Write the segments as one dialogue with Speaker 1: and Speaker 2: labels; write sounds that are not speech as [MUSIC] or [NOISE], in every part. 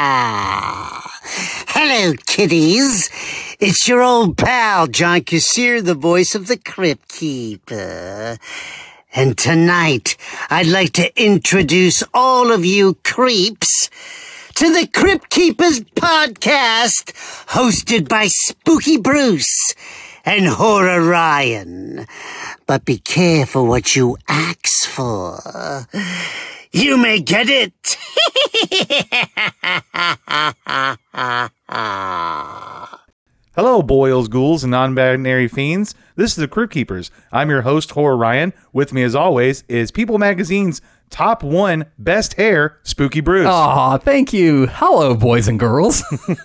Speaker 1: Ah. Hello, kiddies. It's your old pal, John Cassier, the voice of the Crypt Keeper. And tonight, I'd like to introduce all of you creeps to the Crypt Keepers podcast, hosted by Spooky Bruce and Horror Ryan. But be careful what you axe for. You may get it.
Speaker 2: Hello, boils, ghouls, and non-binary fiends. This is the Crypt Keepers. I'm your host, Horror Ryan. With me, as always, is People Magazine's top one best hair, Spooky Bruce.
Speaker 3: Aw, thank you. Hello, boys and girls. [LAUGHS]
Speaker 2: Did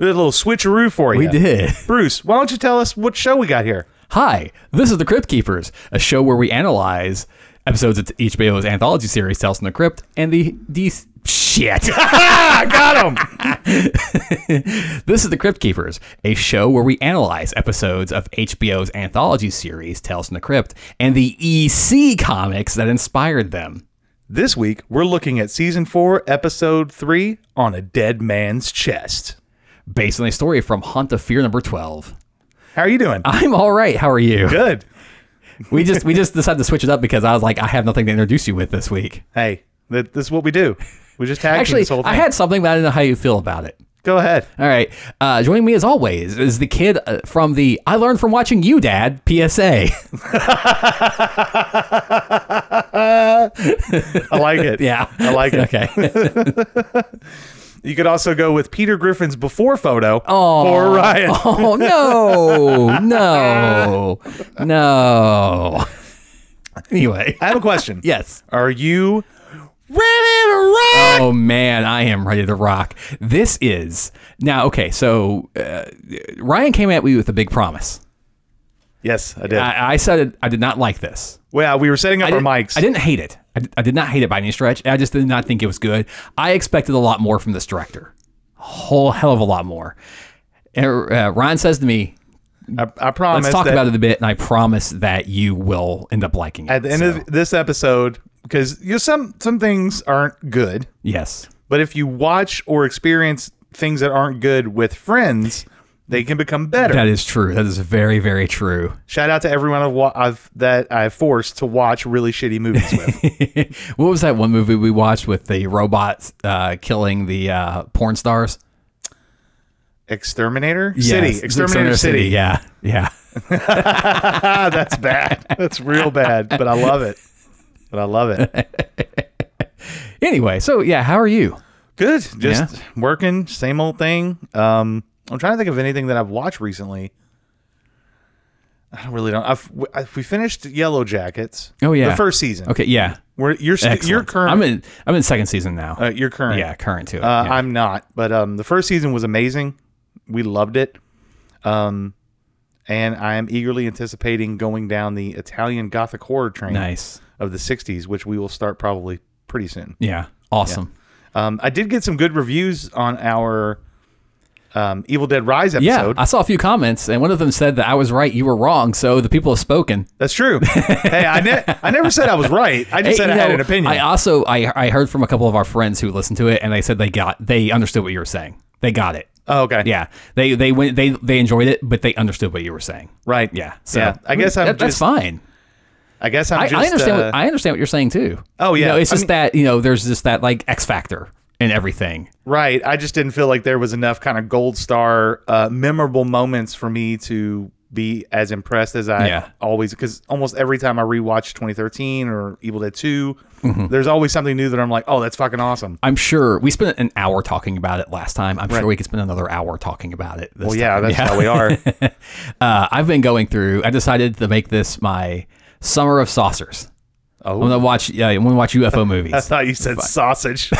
Speaker 2: A little switcheroo for you.
Speaker 3: We did.
Speaker 2: Bruce, why don't you tell us what show we got here?
Speaker 3: Hi, this is The Crypt Keepers, a show where we analyze episodes of HBO's anthology series Tales from the Crypt and the DC. Shit. [LAUGHS]
Speaker 2: I got him.
Speaker 3: this is The Crypt Keepers, a show where we analyze episodes of HBO's anthology series Tales from the Crypt and the EC comics that inspired them.
Speaker 2: this week, we're looking at season four, episode three, on a dead man's chest.
Speaker 3: Based on a story from Haunt of Fear number 12.
Speaker 2: How are you doing?
Speaker 3: I'm all right. How are you?
Speaker 2: Good.
Speaker 3: We just we just decided to switch it up because I was like, I have nothing to introduce you with this week.
Speaker 2: Hey, th- this is what we do. We just tag team
Speaker 3: [LAUGHS] Actually,
Speaker 2: this whole thing.
Speaker 3: I had something, but I didn't know how you feel about it.
Speaker 2: Go ahead.
Speaker 3: All right. Uh, joining me as always is the kid uh, from the I Learned From Watching You, Dad PSA.
Speaker 2: I like it.
Speaker 3: [LAUGHS] yeah.
Speaker 2: I like it.
Speaker 3: [LAUGHS]
Speaker 2: [LAUGHS]
Speaker 3: Okay.
Speaker 2: You could also go with Peter Griffin's before photo for
Speaker 3: [LAUGHS]
Speaker 2: Ryan.
Speaker 3: oh, no. No. No. Anyway.
Speaker 2: I have a question.
Speaker 3: Yes.
Speaker 2: Are you ready to rock?
Speaker 3: Oh, man. I am ready to rock. This is. Now, okay. So uh, Ryan came at me with a big promise.
Speaker 2: Yes, I did.
Speaker 3: I, I said I did not like this.
Speaker 2: well, we were setting up
Speaker 3: I
Speaker 2: our
Speaker 3: didn't-
Speaker 2: mics.
Speaker 3: I didn't hate it. I, did- I did not hate it by any stretch. I just did not think it was good. I expected a lot more from this director, a whole hell of a lot more. And, uh, Ryan says to me,
Speaker 2: I, I promise.
Speaker 3: "Let's talk
Speaker 2: that
Speaker 3: about it a bit," and I promise that you will end up liking it.
Speaker 2: At the end
Speaker 3: So,
Speaker 2: of this episode, because you know, some some things aren't good,
Speaker 3: yes,
Speaker 2: but if you watch or experience things that aren't good with friends, they can become better.
Speaker 3: that is true. That is very, very true.
Speaker 2: Shout out to everyone I've, wa- I've that I've forced to watch really shitty movies
Speaker 3: [LAUGHS]
Speaker 2: with.
Speaker 3: what was that one movie we watched with the robots uh, killing the uh, porn stars?
Speaker 2: Exterminator City,
Speaker 3: Yes,
Speaker 2: Exterminator, City.
Speaker 3: Yeah, yeah.
Speaker 2: Ah, [LAUGHS] that's
Speaker 3: [LAUGHS]
Speaker 2: bad. That's real bad, but I love it. But I love it.
Speaker 3: [LAUGHS] Anyway, so yeah, how are you?
Speaker 2: Good. Just working, same old thing. Um, I'm trying to think of anything that I've watched recently. I don't really don't. I've, w- I- we finished Yellow Jackets.
Speaker 3: Oh, yeah.
Speaker 2: the first season.
Speaker 3: Okay, yeah.
Speaker 2: we're you're st-
Speaker 3: Excellent.
Speaker 2: you're current.
Speaker 3: I'm in. I'm in second season now.
Speaker 2: uh, you're current.
Speaker 3: Yeah, current to it.
Speaker 2: Uh,
Speaker 3: yeah.
Speaker 2: I'm not, but um, the first season was amazing. We loved it. Um, and I am eagerly anticipating going down the Italian Gothic horror train
Speaker 3: nice.
Speaker 2: of the '60s, which we will start probably pretty soon.
Speaker 3: Yeah, awesome.
Speaker 2: Um, I did get some good reviews on our um, Evil Dead Rise
Speaker 3: Yeah,
Speaker 2: episode.
Speaker 3: I saw a few comments, and one of them said that I was right, you were wrong. So the people have spoken.
Speaker 2: That's
Speaker 3: [LAUGHS]
Speaker 2: true. hey, I, ne- I never said I was right. I just
Speaker 3: Hey,
Speaker 2: said
Speaker 3: you
Speaker 2: I had
Speaker 3: know,
Speaker 2: an opinion.
Speaker 3: I also I I heard from a couple of our friends who listened to it, and they said they got they understood what you were saying. They got it.
Speaker 2: oh, okay.
Speaker 3: Yeah, they they went they they enjoyed it, but they understood what you were saying.
Speaker 2: Right.
Speaker 3: Yeah. So
Speaker 2: yeah. I guess I'm
Speaker 3: that- that's
Speaker 2: just.
Speaker 3: fine.
Speaker 2: I guess I'm
Speaker 3: I,
Speaker 2: just.
Speaker 3: I understand.
Speaker 2: uh,
Speaker 3: what, I understand what you're saying too.
Speaker 2: Oh,
Speaker 3: You
Speaker 2: yeah.
Speaker 3: know, it's
Speaker 2: I
Speaker 3: just
Speaker 2: mean-
Speaker 3: that you know there's just that like X factor in everything.
Speaker 2: right. I just didn't feel like there was enough kind of gold star uh, memorable moments for me to be as impressed as I
Speaker 3: Yeah.
Speaker 2: always because almost every time I rewatch 2013 or Evil Dead 2,
Speaker 3: Mm-hmm.
Speaker 2: there's always something new that I'm like, oh, that's fucking awesome.
Speaker 3: I'm sure we spent an hour talking about it last time. I'm sure we could spend another hour talking about it. This
Speaker 2: Well, yeah,
Speaker 3: time.
Speaker 2: that's how we are.
Speaker 3: [LAUGHS] Uh, I've been going through. I decided to make this my summer of saucers.
Speaker 2: Oh.
Speaker 3: I'm gonna watch. Yeah, I'm gonna
Speaker 2: [LAUGHS]
Speaker 3: watch UFO
Speaker 2: I
Speaker 3: movies.
Speaker 2: thought you said
Speaker 3: [LAUGHS]
Speaker 2: sausage.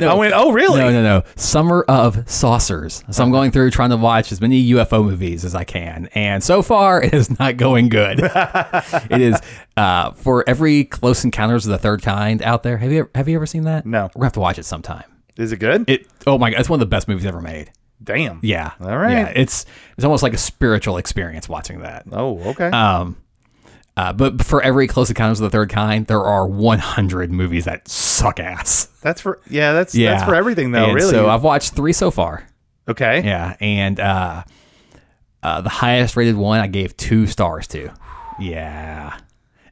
Speaker 2: I went, oh, really?
Speaker 3: No, no, no. Summer of saucers. So I'm going through trying to watch as many UFO movies as I can, and so far [LAUGHS] it is not
Speaker 2: [LAUGHS]
Speaker 3: going good. it is uh, for every Close Encounters of the Third Kind out there. Have you ever, have you ever seen that?
Speaker 2: No.
Speaker 3: We're gonna have to watch it sometime.
Speaker 2: Is it good?
Speaker 3: It. Oh my god, it's one of the best movies ever made.
Speaker 2: Damn.
Speaker 3: Yeah.
Speaker 2: All right.
Speaker 3: Yeah, it's it's almost like a spiritual experience watching that.
Speaker 2: Oh, okay.
Speaker 3: Um, Uh, but for every Close Encounters of the Third Kind, there are 100 movies that suck ass.
Speaker 2: That's for yeah. That's
Speaker 3: Yeah,
Speaker 2: that's for everything though.
Speaker 3: And
Speaker 2: really.
Speaker 3: So I've watched three so far.
Speaker 2: okay.
Speaker 3: Yeah, and uh, uh, the highest rated one I gave two stars to. Yeah,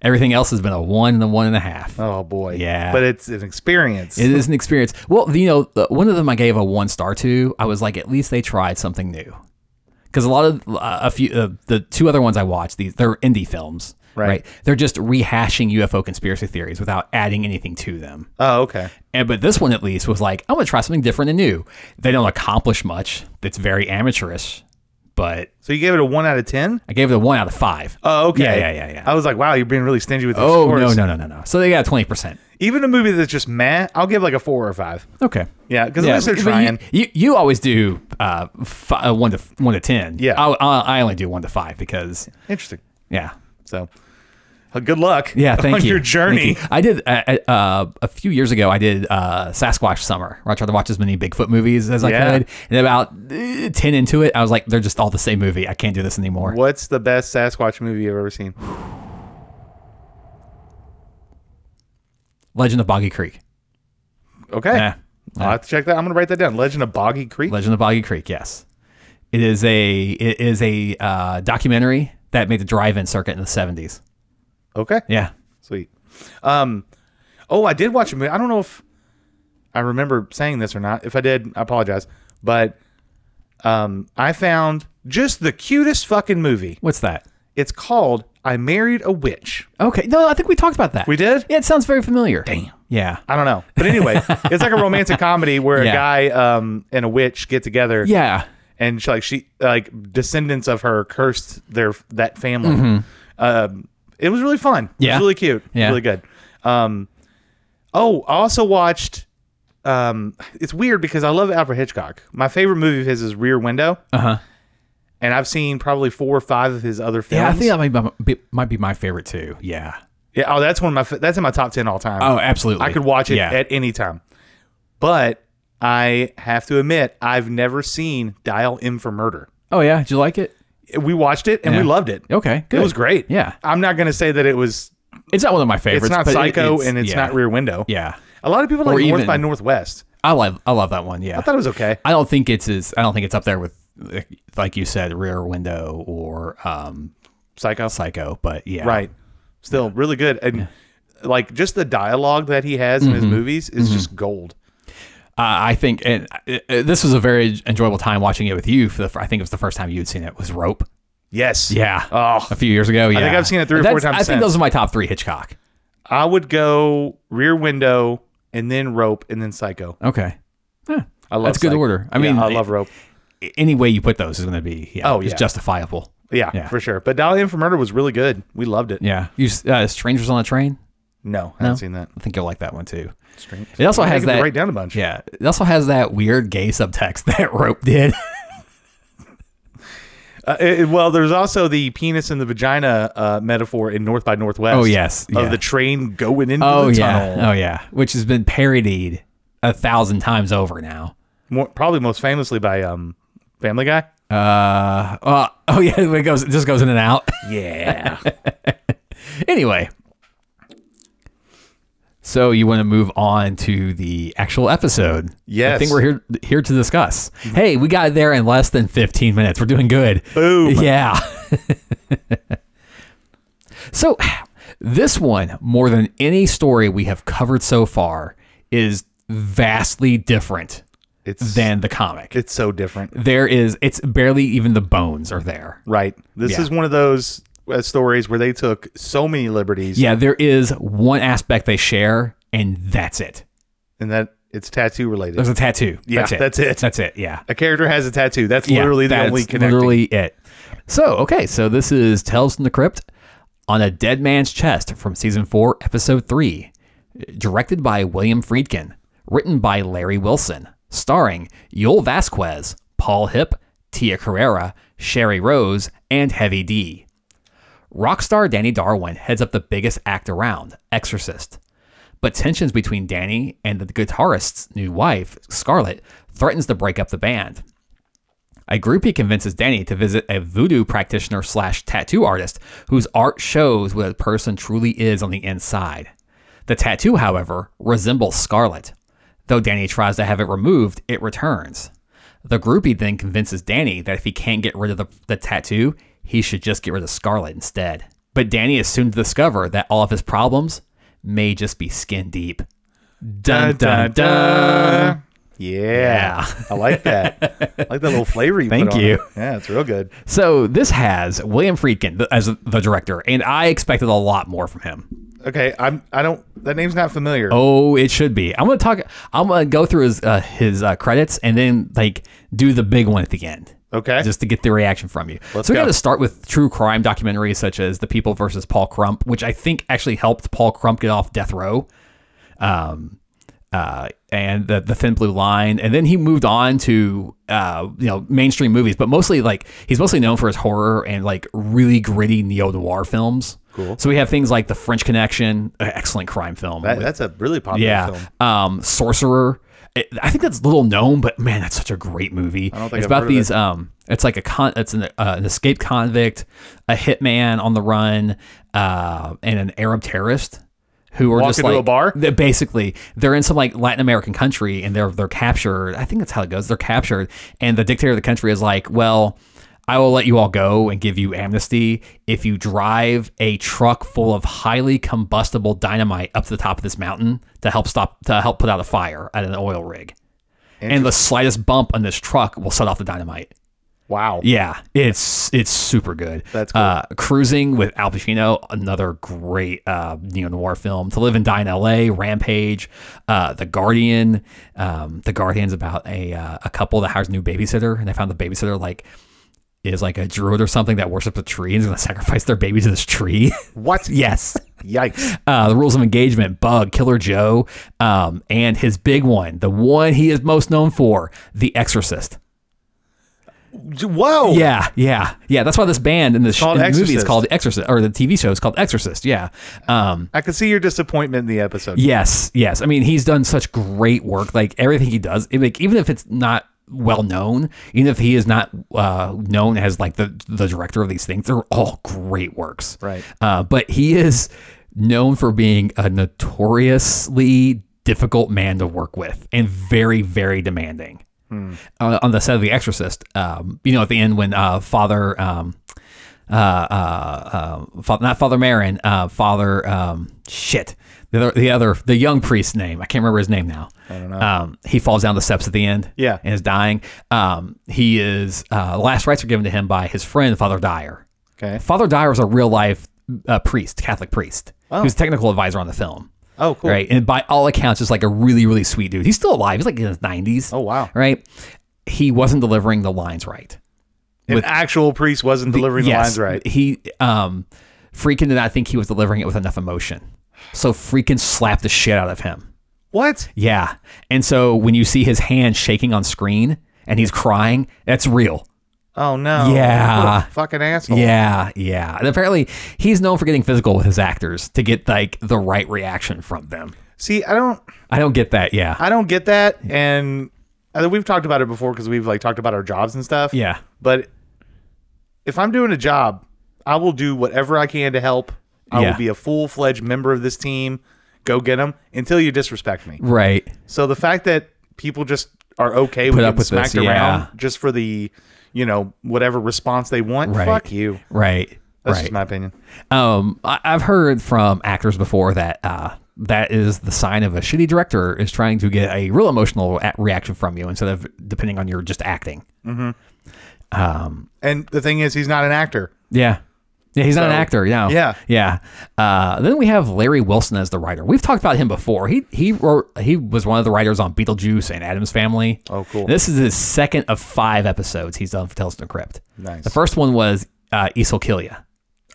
Speaker 3: everything else has been a one and a one and a half.
Speaker 2: Oh boy.
Speaker 3: Yeah.
Speaker 2: But it's an experience.
Speaker 3: It is an experience. Well, you know, the- one of them I gave a one star to. I was like, at least they tried something new, because a lot of uh, a few uh, the two other ones I watched these they're indie films,
Speaker 2: Right.
Speaker 3: They're just rehashing UFO conspiracy theories without adding anything to them.
Speaker 2: oh okay.
Speaker 3: And but this one at least was like, I'm gonna try something different and new. They don't accomplish much. It's very amateurish, but
Speaker 2: So you gave it a one out of ten.
Speaker 3: I gave it a one out of five.
Speaker 2: Oh okay.
Speaker 3: Yeah, yeah, yeah, yeah.
Speaker 2: I was like, wow, you're being really stingy with the
Speaker 3: oh
Speaker 2: scores.
Speaker 3: no, no, no, no, no. So they got twenty percent.
Speaker 2: Even a movie that's just meh, I'll give like a four or a five.
Speaker 3: Okay.
Speaker 2: Yeah, because
Speaker 3: Yeah,
Speaker 2: at least they're
Speaker 3: but you-
Speaker 2: trying.
Speaker 3: You, you always do uh, fi- uh one to one to ten.
Speaker 2: Yeah.
Speaker 3: I, I I only do one to five because
Speaker 2: Interesting.
Speaker 3: yeah.
Speaker 2: So, uh, good luck.
Speaker 3: Yeah,
Speaker 2: [LAUGHS]
Speaker 3: thank
Speaker 2: on
Speaker 3: you.
Speaker 2: your journey.
Speaker 3: Thank you. I did uh, uh, a few years ago. I did uh, Sasquatch Summer, where I tried to watch as many Bigfoot movies as I
Speaker 2: Yeah.
Speaker 3: could. And about uh, ten into it, I was like, "They're just all the same movie. I can't do this anymore."
Speaker 2: What's the best Sasquatch movie you've ever seen?
Speaker 3: Legend of Boggy Creek.
Speaker 2: Okay.
Speaker 3: Yeah.
Speaker 2: I'll have to check that. I'm gonna write that down. Legend of Boggy Creek.
Speaker 3: Legend of Boggy Creek. Yes, it is a it is a uh, documentary that made the drive-in circuit in the seventies.
Speaker 2: okay.
Speaker 3: Yeah,
Speaker 2: Sweet. Um, oh, I did watch a movie. I don't know if I remember saying this or not. If I did, I apologize. But um, I found just the cutest fucking movie.
Speaker 3: what's that?
Speaker 2: It's called "I Married a Witch."
Speaker 3: Okay, no, I think we talked about that.
Speaker 2: We did?
Speaker 3: Yeah, it sounds very familiar. Damn. Yeah.
Speaker 2: I don't know, but anyway, it's like a romantic comedy where
Speaker 3: [LAUGHS] Yeah.
Speaker 2: a guy um, and a witch get together.
Speaker 3: Yeah.
Speaker 2: and she, like she like descendants of her cursed their that family. Um, it was really fun. it
Speaker 3: Mm-hmm. Yeah.
Speaker 2: was really cute.
Speaker 3: Yeah.
Speaker 2: really good. Um, oh, I also watched. Um, it's weird because I love Alfred Hitchcock. My favorite movie of his is Rear Window. Uh huh.
Speaker 3: Uh-huh.
Speaker 2: And I've seen probably four or five of his other films.
Speaker 3: Yeah, I think that might be, be- might be my favorite too. Yeah.
Speaker 2: Yeah, oh, that's one of my. fa- That's in my top ten all time.
Speaker 3: Oh, absolutely.
Speaker 2: I could watch it
Speaker 3: Yeah.
Speaker 2: at any time. But I have to admit, I've never seen Dial M for Murder.
Speaker 3: oh yeah, did you like it?
Speaker 2: We watched it and we
Speaker 3: Yeah.
Speaker 2: loved it.
Speaker 3: Okay, good.
Speaker 2: It was great.
Speaker 3: Yeah.
Speaker 2: I'm not going to say that it was,
Speaker 3: It's not one of my favorites.
Speaker 2: it's not
Speaker 3: but it-
Speaker 2: Psycho and it's
Speaker 3: yeah.
Speaker 2: not Rear Window.
Speaker 3: Yeah.
Speaker 2: A lot of people like
Speaker 3: Or
Speaker 2: North
Speaker 3: even-
Speaker 2: by Northwest.
Speaker 3: I love I love that one. Yeah.
Speaker 2: I thought it was okay.
Speaker 3: I don't think it's as I don't think it's up there with like- like you said Rear Window or um,
Speaker 2: Psycho.
Speaker 3: Psycho, but yeah.
Speaker 2: Right. Still really good. And like just the dialogue that he has in his
Speaker 3: Mm-hmm.
Speaker 2: movies is just gold.
Speaker 3: Uh, I think, and uh, uh, this was a very enjoyable time watching it with you. For the, fir- I think it was the first time you had seen it was Rope.
Speaker 2: Yes.
Speaker 3: Yeah.
Speaker 2: Oh.
Speaker 3: a few years ago. Yeah.
Speaker 2: think I've seen it three or four
Speaker 3: That's-
Speaker 2: times
Speaker 3: I think
Speaker 2: since.
Speaker 3: those are my top three Hitchcock.
Speaker 2: I would go Rear Window and then Rope and then Psycho.
Speaker 3: Okay.
Speaker 2: I love
Speaker 3: That's good
Speaker 2: Psycho.
Speaker 3: order. I
Speaker 2: Yeah,
Speaker 3: mean,
Speaker 2: I love Rope.
Speaker 3: A- Any way you put those is going to be yeah,
Speaker 2: Oh,
Speaker 3: it's
Speaker 2: yeah.
Speaker 3: justifiable.
Speaker 2: Yeah,
Speaker 3: Yeah.
Speaker 2: for sure. But Dial M for Murder was really good. We loved it.
Speaker 3: Yeah. You s- uh, Strangers on a Train.
Speaker 2: No, I haven't seen that.
Speaker 3: I think you'll like that one too.
Speaker 2: Strange.
Speaker 3: It also
Speaker 2: I
Speaker 3: has
Speaker 2: could
Speaker 3: that.
Speaker 2: write down a bunch.
Speaker 3: [LAUGHS] Yeah. It also has that weird gay subtext [LAUGHS] that Rope
Speaker 2: [LAUGHS]
Speaker 3: did.
Speaker 2: Uh, it- it- well, there's also the penis and the vagina uh, metaphor in North by Northwest.
Speaker 3: Oh, yes.
Speaker 2: of
Speaker 3: Yeah.
Speaker 2: the train going into
Speaker 3: oh
Speaker 2: the
Speaker 3: yeah.
Speaker 2: tunnel.
Speaker 3: Oh yeah. Which has been parodied a thousand times over now.
Speaker 2: More, probably most famously by um, Family Guy.
Speaker 3: Uh, uh oh [LAUGHS] yeah. It goes. It just goes in and out.
Speaker 2: Yeah.
Speaker 3: [LAUGHS] anyway. So you want to move on to the actual episode?
Speaker 2: Yes.
Speaker 3: I think we're here here to discuss. Hey, we got there in less than 15 minutes. We're doing good.
Speaker 2: Boom.
Speaker 3: [LAUGHS] Yeah. so this one, more than any story we have covered so far, is vastly different
Speaker 2: it's
Speaker 3: than the comic.
Speaker 2: it's so different.
Speaker 3: there is it's barely even the bones are there.
Speaker 2: Right. This
Speaker 3: Yeah.
Speaker 2: is one of those uh, stories where they took so many liberties,
Speaker 3: Yeah, there is one aspect they share and that's it.
Speaker 2: and that it's tattoo related.
Speaker 3: There's a tattoo.
Speaker 2: Yeah,
Speaker 3: that's it.
Speaker 2: that's it.
Speaker 3: That's it. Yeah.
Speaker 2: a character has a tattoo. That's
Speaker 3: Yeah,
Speaker 2: literally the
Speaker 3: that's
Speaker 2: only connecting.
Speaker 3: Literally it. So okay, so this is Tales from the Crypt on a Dead Man's Chest from season four, episode three, directed by William Friedkin, written by Larry Wilson, starring Yul Vasquez, Paul Hip, Tia Carrera, Sherry Rose, and Heavy D. Rock star Danny Darwin heads up the biggest act around, Exorcist. But tensions between Danny and the guitarist's new wife, Scarlett, threatens to break up the band. A groupie convinces Danny to visit a voodoo practitioner slash tattoo artist whose art shows what a person truly is on the inside. The tattoo, however, resembles Scarlet. Though Danny tries to have it removed, it returns. The groupie then convinces Danny that if he can't get rid of the, the tattoo, he should just get rid of Scarlet instead. But Danny is soon to discover that all of his problems may just be skin deep. Dun dun dun.
Speaker 2: Yeah. I like
Speaker 3: [LAUGHS]
Speaker 2: that. I like that little flavor you
Speaker 3: Thank
Speaker 2: put on
Speaker 3: you.
Speaker 2: it. Yeah, it's real good.
Speaker 3: So this has William Friedkin th- as the director, and I expected a lot more from him.
Speaker 2: Okay, I'm I don't that name's not familiar.
Speaker 3: Oh, it should be. I'm gonna talk. I'm gonna go through his uh, his uh, credits and then like do the big one at the end.
Speaker 2: Okay.
Speaker 3: just to get the reaction from you.
Speaker 2: Let's
Speaker 3: so we
Speaker 2: go.
Speaker 3: got to start with true crime documentaries such as The People versus Paul Crump, which I think actually helped Paul Crump get off death row. Um, uh, and the the Thin Blue Line, and then he moved on to uh, you know mainstream movies, but mostly like he's mostly known for his horror and like really gritty neo noir films. Cool. So we have things like The French Connection, an excellent crime film.
Speaker 2: that,
Speaker 3: with-
Speaker 2: that's a really popular film.
Speaker 3: yeah, um, Sorcerer. It- I think that's little known, but man, that's such a great movie. I
Speaker 2: don't think
Speaker 3: it's
Speaker 2: I've
Speaker 3: about
Speaker 2: heard of
Speaker 3: these. Um, it's like a con. It's an, uh, an escaped convict, a hitman on the run, uh, and an Arab terrorist who are
Speaker 2: Walk
Speaker 3: just
Speaker 2: into
Speaker 3: like
Speaker 2: a bar?
Speaker 3: they're basically they're in some like Latin American country and they're they're captured. I think that's how it goes. They're captured, and the dictator of the country is like, well. I will let you all go and give you amnesty if you drive a truck full of highly combustible dynamite up to the top of this mountain to help stop to help put out a fire at an oil rig. And the slightest bump on this truck will set off the dynamite.
Speaker 2: Wow.
Speaker 3: Yeah, it's it's super good.
Speaker 2: That's cool.
Speaker 3: uh, cruising with Al Pacino, another great uh, neo noir film. To live and die in L.A., Rampage, uh, The Guardian. Um, the Guardian's about a uh, a couple that hires a new babysitter, and they found the babysitter like is like a druid or something that worships a tree and is going to sacrifice their baby to this tree. [LAUGHS]
Speaker 2: What?
Speaker 3: yes.
Speaker 2: Yikes.
Speaker 3: Uh, the rules of engagement, Bug, Killer Joe, um, and his big one, the one he is most known for, The Exorcist.
Speaker 2: Whoa.
Speaker 3: Yeah, yeah, yeah. That's why this band in the, sh-
Speaker 2: Oh. called
Speaker 3: in the movie is
Speaker 2: Exorcist.
Speaker 3: called Exorcist, or the TV show is called Exorcist. Yeah. Um,
Speaker 2: I can see your disappointment in the episode.
Speaker 3: yes, yes. I mean, he's done such great work. Like everything he does, it- like even if it's not well known, even if he is not uh, known as like the the director of these things, they're all great works.
Speaker 2: Right.
Speaker 3: Uh, but he is known for being a notoriously difficult man to work with and very, very demanding.
Speaker 2: Hmm.
Speaker 3: Uh, on the set of The Exorcist, um, you know, at the end when uh, Father, um, uh, uh, uh, fa- not Father Marin, uh, Father, um, shit, the other, the other, the young priest's name, I can't remember his name now. I don't know. Um, he falls down the steps at the end
Speaker 2: Yeah.
Speaker 3: and is dying. Um, he is, uh, last rites are given to him by his friend, Father Dyer.
Speaker 2: Okay.
Speaker 3: Father Dyer was a real life uh, priest, Catholic priest. He was a technical advisor on the film.
Speaker 2: Oh, cool.
Speaker 3: Right. And by all accounts, just like a really, really sweet dude. He's still alive. He's like in his 90s.
Speaker 2: Oh, wow.
Speaker 3: Right. He wasn't delivering the lines right.
Speaker 2: An actual priest wasn't delivering the lines right.
Speaker 3: He, um, Freakin did not think he was delivering it with enough emotion. So Freakin slapped the shit out of him.
Speaker 2: What?
Speaker 3: Yeah. And so when you see his hand shaking on screen and he's crying, that's real.
Speaker 2: Oh no.
Speaker 3: Yeah.
Speaker 2: What a fucking asshole.
Speaker 3: Yeah, yeah. And apparently, he's known for getting physical with his actors to get like the right reaction from them.
Speaker 2: See, I don't
Speaker 3: I don't get that. Yeah,
Speaker 2: I don't get that and I think we've talked about it before because we've like talked about our jobs and stuff.
Speaker 3: yeah,
Speaker 2: But if I'm doing a job, I will do whatever I can to help. I
Speaker 3: Yeah.
Speaker 2: will be a full fledged member of this team. Go get them until you disrespect me.
Speaker 3: right.
Speaker 2: So the fact that people just are okay with
Speaker 3: up
Speaker 2: getting
Speaker 3: with
Speaker 2: smacked
Speaker 3: this,
Speaker 2: around
Speaker 3: yeah.
Speaker 2: just for the, you know, whatever response they want,
Speaker 3: Right.
Speaker 2: fuck you.
Speaker 3: Right,
Speaker 2: That's
Speaker 3: right.
Speaker 2: just my opinion.
Speaker 3: um, I- I've heard from actors before that uh, that is the sign of a shitty director is trying to get a real emotional a- reaction from you instead of depending on your just acting.
Speaker 2: And the thing is, he's not an actor.
Speaker 3: Yeah. Yeah, he's not an
Speaker 2: So-
Speaker 3: actor. No.
Speaker 2: Yeah.
Speaker 3: Yeah. Uh, then we have Larry Wilson as the writer. We've talked about him before. He he wrote he was one of the writers on Beetlejuice and Adam's Family.
Speaker 2: Oh, cool.
Speaker 3: This is his second of five episodes he's done for Tales from the Crypt.
Speaker 2: Nice.
Speaker 3: The first one was uh, Isil Killia.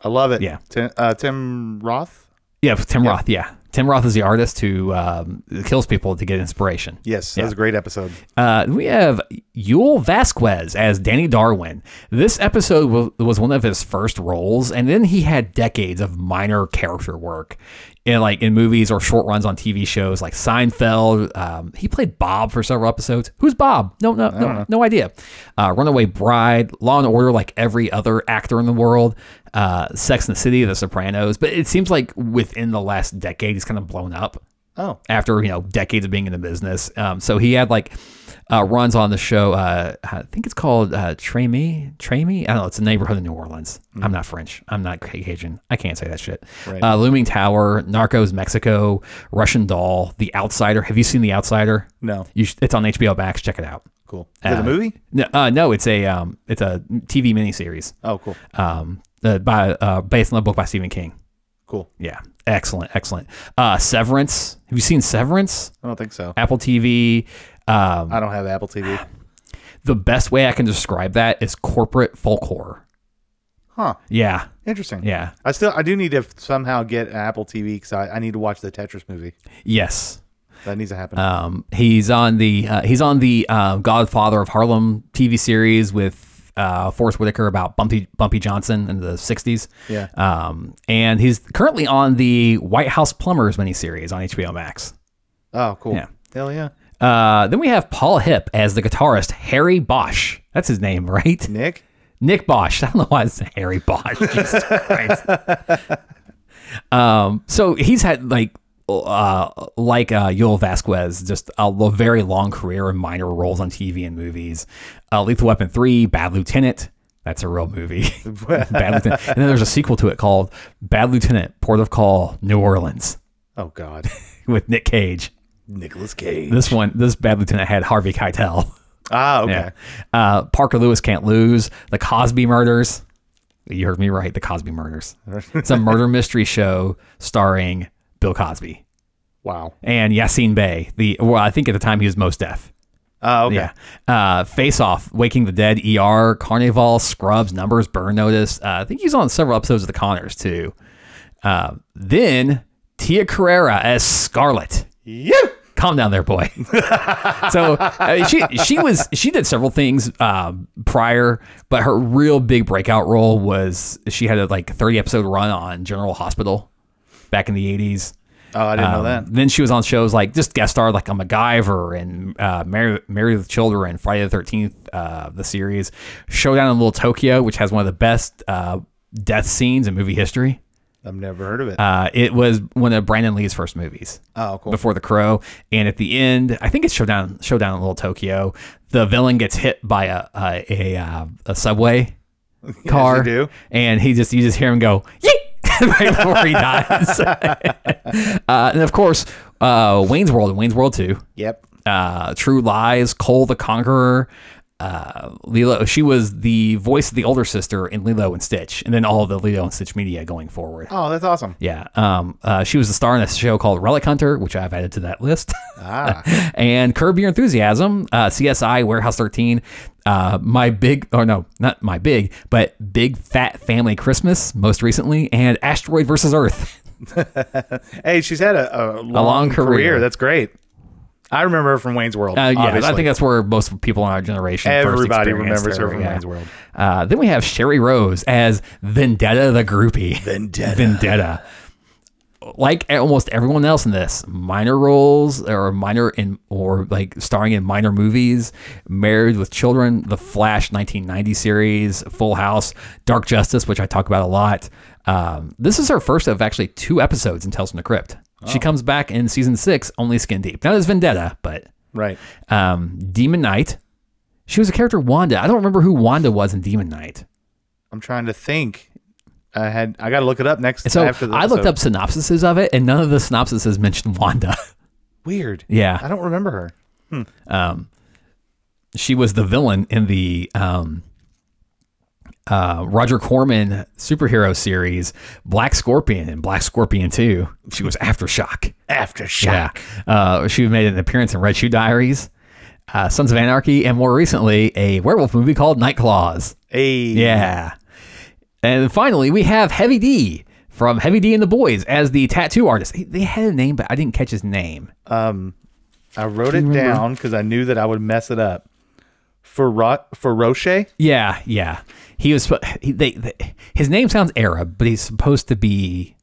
Speaker 2: I love it.
Speaker 3: Yeah.
Speaker 2: Tim, uh, Tim Roth.
Speaker 3: Yeah, Tim Roth. Yeah. Tim Roth is the artist who um, kills people to get inspiration.
Speaker 2: Yes, that was a great episode.
Speaker 3: Uh, we have Yul Vasquez as Danny Darwin. This episode wa- was one of his first roles, and then he had decades of minor character work in like in movies or short runs on TV shows like Seinfeld. Um, he played Bob for several episodes. Who's Bob? No, no, no, no idea. Uh, Runaway Bride, Law and Order, like every other actor in the world. Uh, Sex and the City, The Sopranos. But it seems like within the last decade, he's kind of blown up
Speaker 2: Oh,
Speaker 3: after you know decades of being in the business. Um, so he had like uh, runs on the show. Uh, I think it's called uh, Tramy. Tramy. I don't know. It's a neighborhood in New Orleans. I'm not French. I'm not Ca- Cajun. I can't say that shit. Uh, Looming Tower, Narcos Mexico, Russian Doll, The Outsider. Have you seen The Outsider?
Speaker 2: No.
Speaker 3: You sh- it's on HBO Max. Check it out.
Speaker 2: cool. Is it a movie?
Speaker 3: No, uh, no, it's a um, it's a TV miniseries
Speaker 2: Oh, cool.
Speaker 3: um, uh, by uh, based on the book by Stephen King.
Speaker 2: Cool.
Speaker 3: Yeah, excellent, excellent. Uh, Severance. Have you seen Severance?
Speaker 2: I don't think so.
Speaker 3: Apple TV. Um,
Speaker 2: I don't have Apple
Speaker 3: uh,
Speaker 2: TV.
Speaker 3: the best way I can describe that is corporate folk horror.
Speaker 2: Huh.
Speaker 3: Yeah,
Speaker 2: Interesting.
Speaker 3: yeah,
Speaker 2: I still I do need to somehow get an Apple TV because I, I need to watch the Tetris movie.
Speaker 3: yes.
Speaker 2: That needs to happen.
Speaker 3: Um, he's on the uh, he's on the uh, Godfather of Harlem TV series with uh, Forrest Whitaker about Bumpy Bumpy Johnson in the '60s.
Speaker 2: Yeah.
Speaker 3: Um, and he's currently on the White House Plumbers miniseries on HBO Max.
Speaker 2: oh, cool.
Speaker 3: yeah.
Speaker 2: Hell yeah.
Speaker 3: Uh, then we have Paul Hip as the guitarist Harry Bosch. That's his name, [LAUGHS] right?
Speaker 2: Nick?
Speaker 3: Nick Bosch. [LAUGHS] I don't know why it's Harry Bosch. Jesus Christ. um, so he's had like uh, like uh, Yul Vasquez, just a lo- very long career in minor roles on TV and movies. Uh, Lethal Weapon Three, Bad Lieutenant. That's a real movie. [LAUGHS] Bad Lieutenant. And then there's a sequel to it called Bad Lieutenant: Port of Call, New Orleans,
Speaker 2: Oh God.
Speaker 3: with Nick Cage.
Speaker 2: Nicholas Cage.
Speaker 3: This one, this Bad Lieutenant had Harvey Keitel.
Speaker 2: ah, okay.
Speaker 3: Yeah. Uh, Parker Lewis can't lose. The Cosby Murders. You heard me right. The Cosby Murders. it's a murder mystery show starring Bill Cosby
Speaker 2: Wow.
Speaker 3: and Yassine Bey. The well, I think at the time he was most deaf.
Speaker 2: Oh, okay.
Speaker 3: Yeah. Uh, Face Off, Waking the Dead, ER, Carnival, Scrubs, Numbers, Burn Notice. Uh, I think he's on several episodes of The Conners too. Uh, then Tia Carrera as Scarlet
Speaker 2: Yeah.
Speaker 3: calm down there, boy. [LAUGHS] so uh, she she was she did several things um, prior, but her real big breakout role was she had a like thirty episode run on General Hospital back in the eighties. Um,
Speaker 2: Oh, I didn't know that.
Speaker 3: Then she was on shows like just guest starred like on MacGyver and uh, Mary Married with Children, Friday the Thirteenth, uh, the series Showdown in Little Tokyo, which has one of the best uh, death scenes in movie history.
Speaker 2: I've never heard of it.
Speaker 3: Uh, it was one of Brandon Lee's first movies
Speaker 2: oh, cool.
Speaker 3: before the crow and at the end i think it's showdown showdown in little tokyo the villain gets hit by a a, a, uh,
Speaker 2: [LAUGHS]
Speaker 3: a subway car
Speaker 2: you do.
Speaker 3: and he just you just hear him go Yeet! [LAUGHS] right before
Speaker 2: [LAUGHS]
Speaker 3: he dies [LAUGHS] uh, and of course uh, wayne's world and wayne's world 2
Speaker 2: Yep.
Speaker 3: uh, True Lies, Cole the Conqueror, uh, Lilo. She was the voice of the older sister in Lilo and Stitch, and then all the Lilo and Stitch media going forward.
Speaker 2: Oh, that's awesome.
Speaker 3: Yeah. Um, uh, she was the star in a show called Relic Hunter, which I've added to that list. Uh,
Speaker 2: Ah.
Speaker 3: [LAUGHS] and Curb Your Enthusiasm, uh, CSI, Warehouse 13, uh, My Big, or no, not My Big, but Big Fat Family Christmas, most recently, and Asteroid versus Earth.
Speaker 2: Hey, she's had a, a, long,
Speaker 3: long
Speaker 2: career.
Speaker 3: career.
Speaker 2: That's great. I remember her from Wayne's World.
Speaker 3: Uh, yeah,
Speaker 2: obviously.
Speaker 3: I think that's where most people in our generation first
Speaker 2: Everybody
Speaker 3: experienced
Speaker 2: remembers her from
Speaker 3: yeah.
Speaker 2: Wayne's World.
Speaker 3: Uh, then we have Sherry Rose as Vendetta the groupie.
Speaker 2: Vendetta.
Speaker 3: [LAUGHS] Vendetta. Like almost everyone else in this, minor roles or minor in or like starring in minor movies, Married with Children, The Flash 1990 series, Full House, Dark Justice, which I talk about a lot. Um, this is her first of actually two episodes in Tales from the Crypt.
Speaker 2: Oh.
Speaker 3: She comes back in season six, only skin deep. Not as Vendetta, but
Speaker 2: Right.
Speaker 3: um, Demon Knight. She was a character Wanda. I don't remember who Wanda was in Demon Knight.
Speaker 2: I'm trying to think. I had I got to look it up next.
Speaker 3: So
Speaker 2: after the
Speaker 3: I looked
Speaker 2: episode.
Speaker 3: up synopsises of it, and none of the synopsises [LAUGHS] mentioned Wanda.
Speaker 2: Weird. I
Speaker 3: yeah,
Speaker 2: don't remember her.
Speaker 3: she was the villain in the um, uh, Roger Corman superhero series Black Scorpion and Black Scorpion Two. She was Aftershock.
Speaker 2: Aftershock.
Speaker 3: Yeah, uh, she made an appearance in Red Shoe Diaries, uh, Sons of Anarchy, and more recently a werewolf movie called Nightclaws.
Speaker 2: Hey.
Speaker 3: Yeah. And finally, we have Heavy D from Heavy D and the Boys as the tattoo artist. He- They had a name, but I didn't catch his name.
Speaker 2: I wrote it down because I knew that I would mess it up. For for Roche.
Speaker 3: Yeah, yeah. He was. sp- He, they, they, his name sounds Arab, but he's supposed to be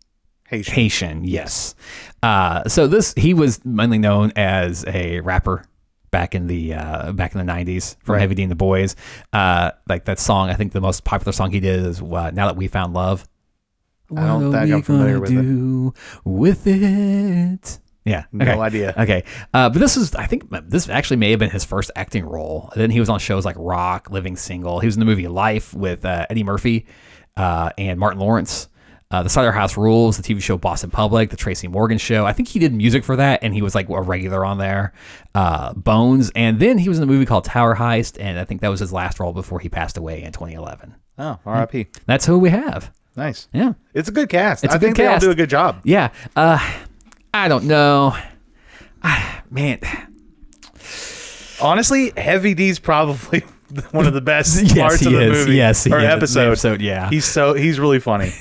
Speaker 2: Haitian.
Speaker 3: Haitian, yes. Uh, so this he was mainly known as a rapper back in the uh, back in the '90s from
Speaker 2: Right.
Speaker 3: Heavy D and the Boys. Uh, like that song, I think the most popular song he did is uh, "Now That We Found Love."
Speaker 2: I don't
Speaker 3: What are
Speaker 2: think I'm
Speaker 3: we
Speaker 2: familiar
Speaker 3: gonna do with it. Yeah.
Speaker 2: No
Speaker 3: okay.
Speaker 2: idea.
Speaker 3: Okay. Uh, but this is, I think, this actually may have been his first acting role. Then he was on shows like Rock, Living Single. He was in the movie Life with uh, Eddie Murphy uh, and Martin Lawrence. Uh, the Cider House Rules, the TV show Boston Public, the Tracy Morgan Show. I think he did music for that, and he was like a regular on there. Uh, Bones, and then he was in a movie called Tower Heist, and I think that was his last role before he passed away in 2011.
Speaker 2: Oh, R.I.P.
Speaker 3: That's who we have.
Speaker 2: Nice.
Speaker 3: Yeah.
Speaker 2: It's a good cast.
Speaker 3: It's
Speaker 2: I
Speaker 3: a good
Speaker 2: think they all
Speaker 3: cast.
Speaker 2: do a good job.
Speaker 3: Yeah. Uh, I don't know. Ah, Man,
Speaker 2: Honestly, Heavy D's probably [LAUGHS] one of the best
Speaker 3: [LAUGHS] Yes,
Speaker 2: parts
Speaker 3: he
Speaker 2: of the
Speaker 3: is.
Speaker 2: movie.
Speaker 3: Yes, he
Speaker 2: or
Speaker 3: is. The
Speaker 2: episode.
Speaker 3: episode, yeah.
Speaker 2: he's so he's really
Speaker 3: [LAUGHS]
Speaker 2: funny.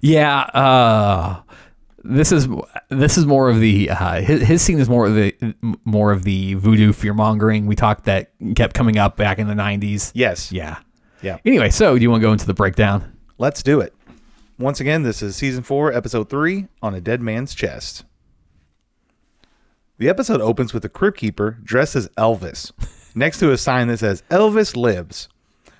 Speaker 3: yeah. Uh, this is this is more of the uh, his, his scene is more of the more of the voodoo fear mongering we talked that kept coming up back in the nineties.
Speaker 2: Yes.
Speaker 3: Yeah.
Speaker 2: Yeah.
Speaker 3: Anyway, so do you want to go into the breakdown?
Speaker 2: Let's do it. Once again, this is season four, episode three, on a dead man's chest. The episode opens with a crypt keeper dressed as
Speaker 3: [LAUGHS]
Speaker 2: Elvis, next to a sign that says "Elvis lives."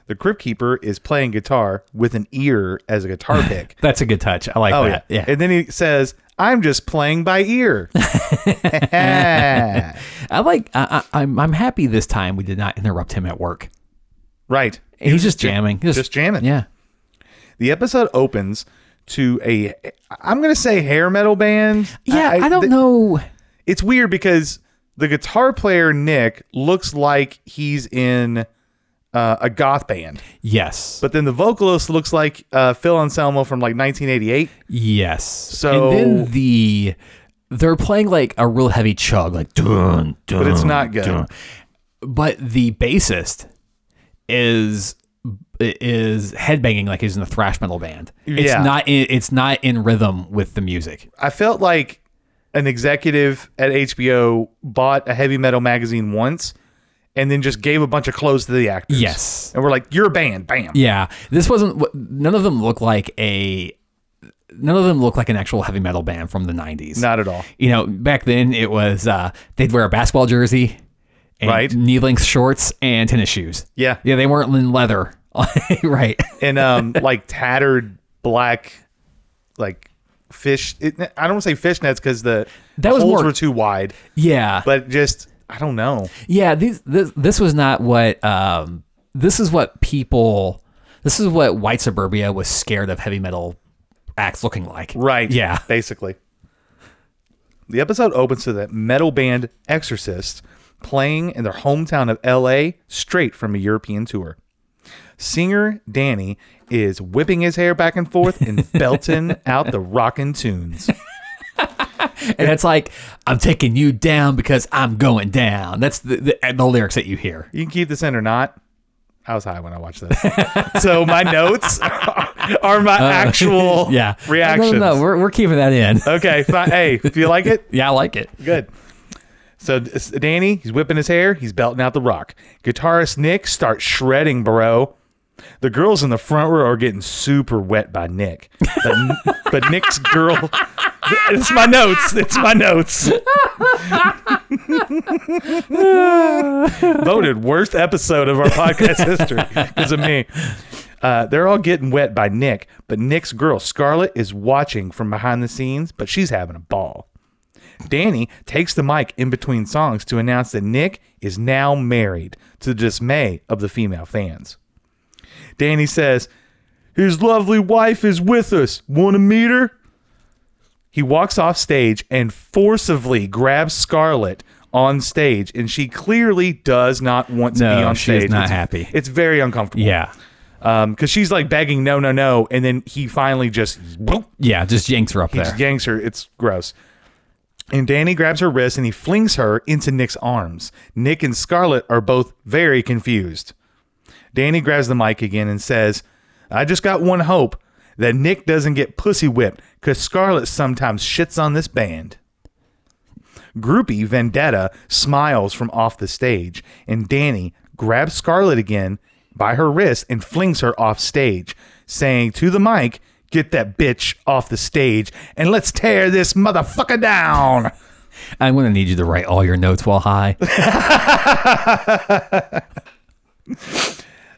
Speaker 2: The crypt keeper is playing guitar with an ear as a
Speaker 3: [LAUGHS]
Speaker 2: guitar pick.
Speaker 3: That's a good touch. I like
Speaker 2: Oh yeah.
Speaker 3: that. Yeah.
Speaker 2: And then he says, "I'm just playing by
Speaker 3: [LAUGHS]
Speaker 2: ear." [LAUGHS]
Speaker 3: I like. I, I, I'm I'm happy this time we did not interrupt him at work.
Speaker 2: right.
Speaker 3: He's just jamming.
Speaker 2: just jamming.
Speaker 3: Yeah.
Speaker 2: The episode opens to a I'm going to say hair metal band.
Speaker 3: Yeah. I, don't
Speaker 2: th-
Speaker 3: know.
Speaker 2: It's weird because the guitar player Nick looks like he's in uh, a goth band,
Speaker 3: Yes.
Speaker 2: but then the vocalist looks like uh, Phil Anselmo from like 1988.
Speaker 3: Yes.
Speaker 2: So-
Speaker 3: and then the they're playing like a real heavy chug, like dun dun.
Speaker 2: But it's not good.
Speaker 3: dun. But the bassist is is headbanging like he's in a thrash metal band. It's
Speaker 2: Yeah.
Speaker 3: not in, it's not in rhythm with the music.
Speaker 2: I felt like an executive at HBO bought a heavy metal magazine once and then just gave a bunch of clothes to the actors.
Speaker 3: Yes.
Speaker 2: And we're like, you're a band. Bam.
Speaker 3: Yeah, this wasn't. what- None of them look like a. None of them look like an actual heavy metal band from the '90s.
Speaker 2: Not at all.
Speaker 3: you know, back then it was uh, they'd wear a basketball jersey, and
Speaker 2: Right.
Speaker 3: knee length shorts, and tennis shoes.
Speaker 2: Yeah.
Speaker 3: yeah, they weren't in leather, [LAUGHS] right?
Speaker 2: And
Speaker 3: [LAUGHS]
Speaker 2: um, like tattered black, like fish. It, I don't want to say fishnets because the,
Speaker 3: That
Speaker 2: the
Speaker 3: was
Speaker 2: holes
Speaker 3: more-
Speaker 2: were too wide,
Speaker 3: Yeah,
Speaker 2: but just, I don't know.
Speaker 3: yeah. These this this was not what um this is what people this is what white suburbia was scared of heavy metal acts looking like.
Speaker 2: Right. [LAUGHS]
Speaker 3: Yeah.
Speaker 2: Basically. The episode opens to the metal band Exorcist playing in their hometown of LA straight from a European tour. Singer Danny is whipping his hair back and forth
Speaker 3: [LAUGHS]
Speaker 2: and belting out the rockin' tunes.
Speaker 3: And it's like I'm taking you down because I'm going down. That's the the, the lyrics that you hear.
Speaker 2: You can keep this in or not. I was high when I watched this. so my notes [LAUGHS] are my actual
Speaker 3: Uh, [LAUGHS] Yeah.
Speaker 2: reactions.
Speaker 3: No, no, no. We're we're keeping
Speaker 2: [LAUGHS]
Speaker 3: that in.
Speaker 2: Okay, fine. Hey, if you like it,
Speaker 3: yeah, I like it.
Speaker 2: Good. So d- s- Danny, he's whipping his hair, he's belting out the rock. Guitarist Nick starts shredding, bro. The girls in the front row are getting super wet by Nick, but, [LAUGHS] but Nick's girl. It's my notes. It's my notes. [LAUGHS] Voted worst episode of our podcast history because of me. Uh, they're all getting wet by Nick, but Nick's girl Scarlett is watching from behind the scenes, but she's having a ball. Danny takes the mic in between songs to announce that Nick is now married, to the dismay of the female fans. Danny says, His lovely wife is with us. Want to meet her? He walks off stage and forcibly grabs Scarlett on stage, and she clearly does not want to be
Speaker 3: No,
Speaker 2: on
Speaker 3: she is
Speaker 2: stage.
Speaker 3: not
Speaker 2: It's-
Speaker 3: happy.
Speaker 2: It's very uncomfortable.
Speaker 3: Yeah.
Speaker 2: Because Um, she's like begging, no, no, no. And then he finally just whoop,
Speaker 3: Yeah, just yanks her up there.
Speaker 2: just yanks her. It's gross. And Danny grabs her wrist and he flings her into Nick's arms. Nick and Scarlett are both very confused. Danny grabs the mic again and says, I just got one hope that Nick doesn't get pussy whipped because Scarlett sometimes shits on this band. Groupie Vendetta smiles from off the stage, and Danny grabs Scarlett again by her wrist and flings her off stage, saying to the mic, Get that bitch off the stage and let's tear this motherfucker down.
Speaker 3: I'm going to need you to write all your notes
Speaker 2: [LAUGHS]
Speaker 3: while high.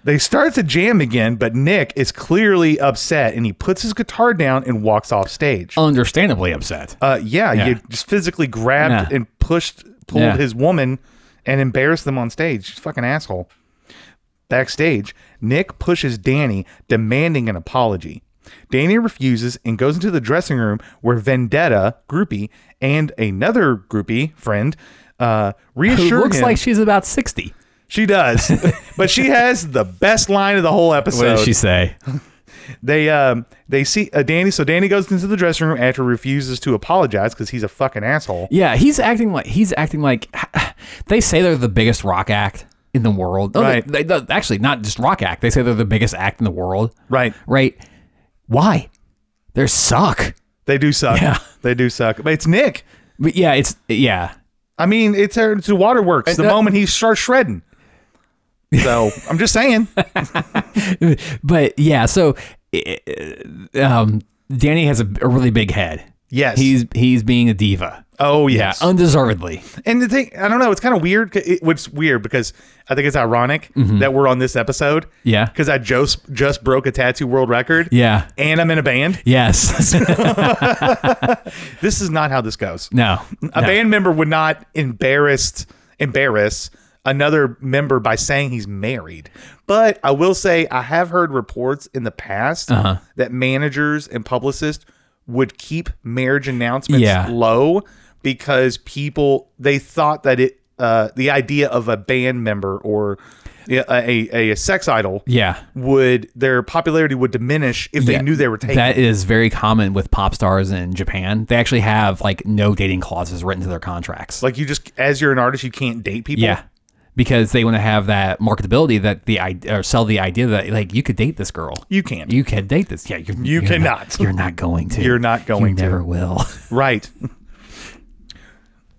Speaker 2: They start to jam again, but Nick is clearly upset and he puts his guitar down and walks off stage.
Speaker 3: Understandably upset.
Speaker 2: Uh, yeah, you just physically grabbed
Speaker 3: Yeah.
Speaker 2: and pushed, pulled
Speaker 3: Yeah.
Speaker 2: his woman and embarrassed them on stage. Fucking asshole. Backstage, Nick pushes Danny, demanding an apology. Danny refuses and goes into the dressing room where Vendetta, groupie, and another groupie friend uh,
Speaker 3: Who
Speaker 2: reassure
Speaker 3: looks
Speaker 2: him.
Speaker 3: like she's about 60.
Speaker 2: she
Speaker 3: [LAUGHS]
Speaker 2: does, but she has the best line of the whole episode
Speaker 3: What did she say?
Speaker 2: they um they see uh, Danny. So Danny goes into the dressing room after refuses to apologize because he's a fucking asshole.
Speaker 3: Yeah, he's acting like he's acting like [SIGHS] they say they're the biggest rock act in the world. No, they-
Speaker 2: Right.
Speaker 3: they- they- actually, not just rock act. They say they're the biggest act in the world.
Speaker 2: Right.
Speaker 3: Right? Why? They suck.
Speaker 2: They do suck.
Speaker 3: Yeah.
Speaker 2: They do suck. But it's Nick.
Speaker 3: But yeah, it's yeah. [LAUGHS]
Speaker 2: I mean, it's uh, it's the waterworks. The
Speaker 3: that-
Speaker 2: moment he starts shredding.
Speaker 3: [LAUGHS]
Speaker 2: So I'm just saying.
Speaker 3: But yeah, so eh, eh, um, Danny has a, a really big head.
Speaker 2: Yes.
Speaker 3: He's he's being a diva.
Speaker 2: oh yes.
Speaker 3: Undeservedly.
Speaker 2: and the thing I don't know. It's kind of weird. 'cause It, it's weird because I think it's ironic that we're on this episode.
Speaker 3: Mm-hmm. Yeah.
Speaker 2: [LAUGHS] Because I just just broke a tattoo world record.
Speaker 3: Yeah.
Speaker 2: And I'm in a band. [LAUGHS]
Speaker 3: Yes. [LAUGHS]
Speaker 2: This is not how this goes.
Speaker 3: no.
Speaker 2: a band member would not embarrassed embarrass another member by saying he's married. But I will say I have heard reports in the past
Speaker 3: Uh-huh.
Speaker 2: that managers and publicists would keep marriage announcements
Speaker 3: Yeah.
Speaker 2: low because people they thought that it uh, the idea of a band member or a, a, a sex idol
Speaker 3: Yeah.
Speaker 2: would their popularity would diminish if they
Speaker 3: Yeah.
Speaker 2: knew they were taken.
Speaker 3: That is very common with pop stars in Japan. They actually have like no dating clauses written to their contracts.
Speaker 2: like you just as you're an artist you can't date people.
Speaker 3: yeah. Because they want to have that marketability that the i- or sell the idea that like you could date this girl.
Speaker 2: You can.
Speaker 3: You can date this. Yeah, you're,
Speaker 2: You
Speaker 3: you're
Speaker 2: cannot.
Speaker 3: Not, [LAUGHS] you're not going to.
Speaker 2: You're not going
Speaker 3: you
Speaker 2: to.
Speaker 3: Never will. [LAUGHS]
Speaker 2: Right.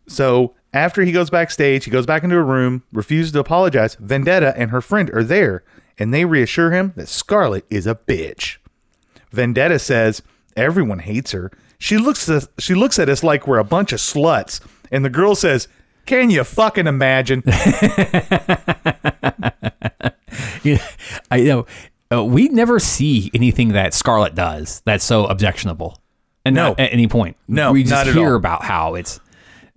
Speaker 2: so after he goes backstage, he goes back into a room, refuses to apologize. Vendetta and her friend are there, and they reassure him that Scarlet is a bitch. Vendetta says everyone hates her. She looks at, she looks at us like we're a bunch of sluts, and the girl says, "Can you fucking imagine?"
Speaker 3: You- I you know. Uh, we never see anything that Scarlett does that's so objectionable. And
Speaker 2: No.
Speaker 3: not at any point.
Speaker 2: No,
Speaker 3: we just
Speaker 2: not at
Speaker 3: hear
Speaker 2: all.
Speaker 3: about how it's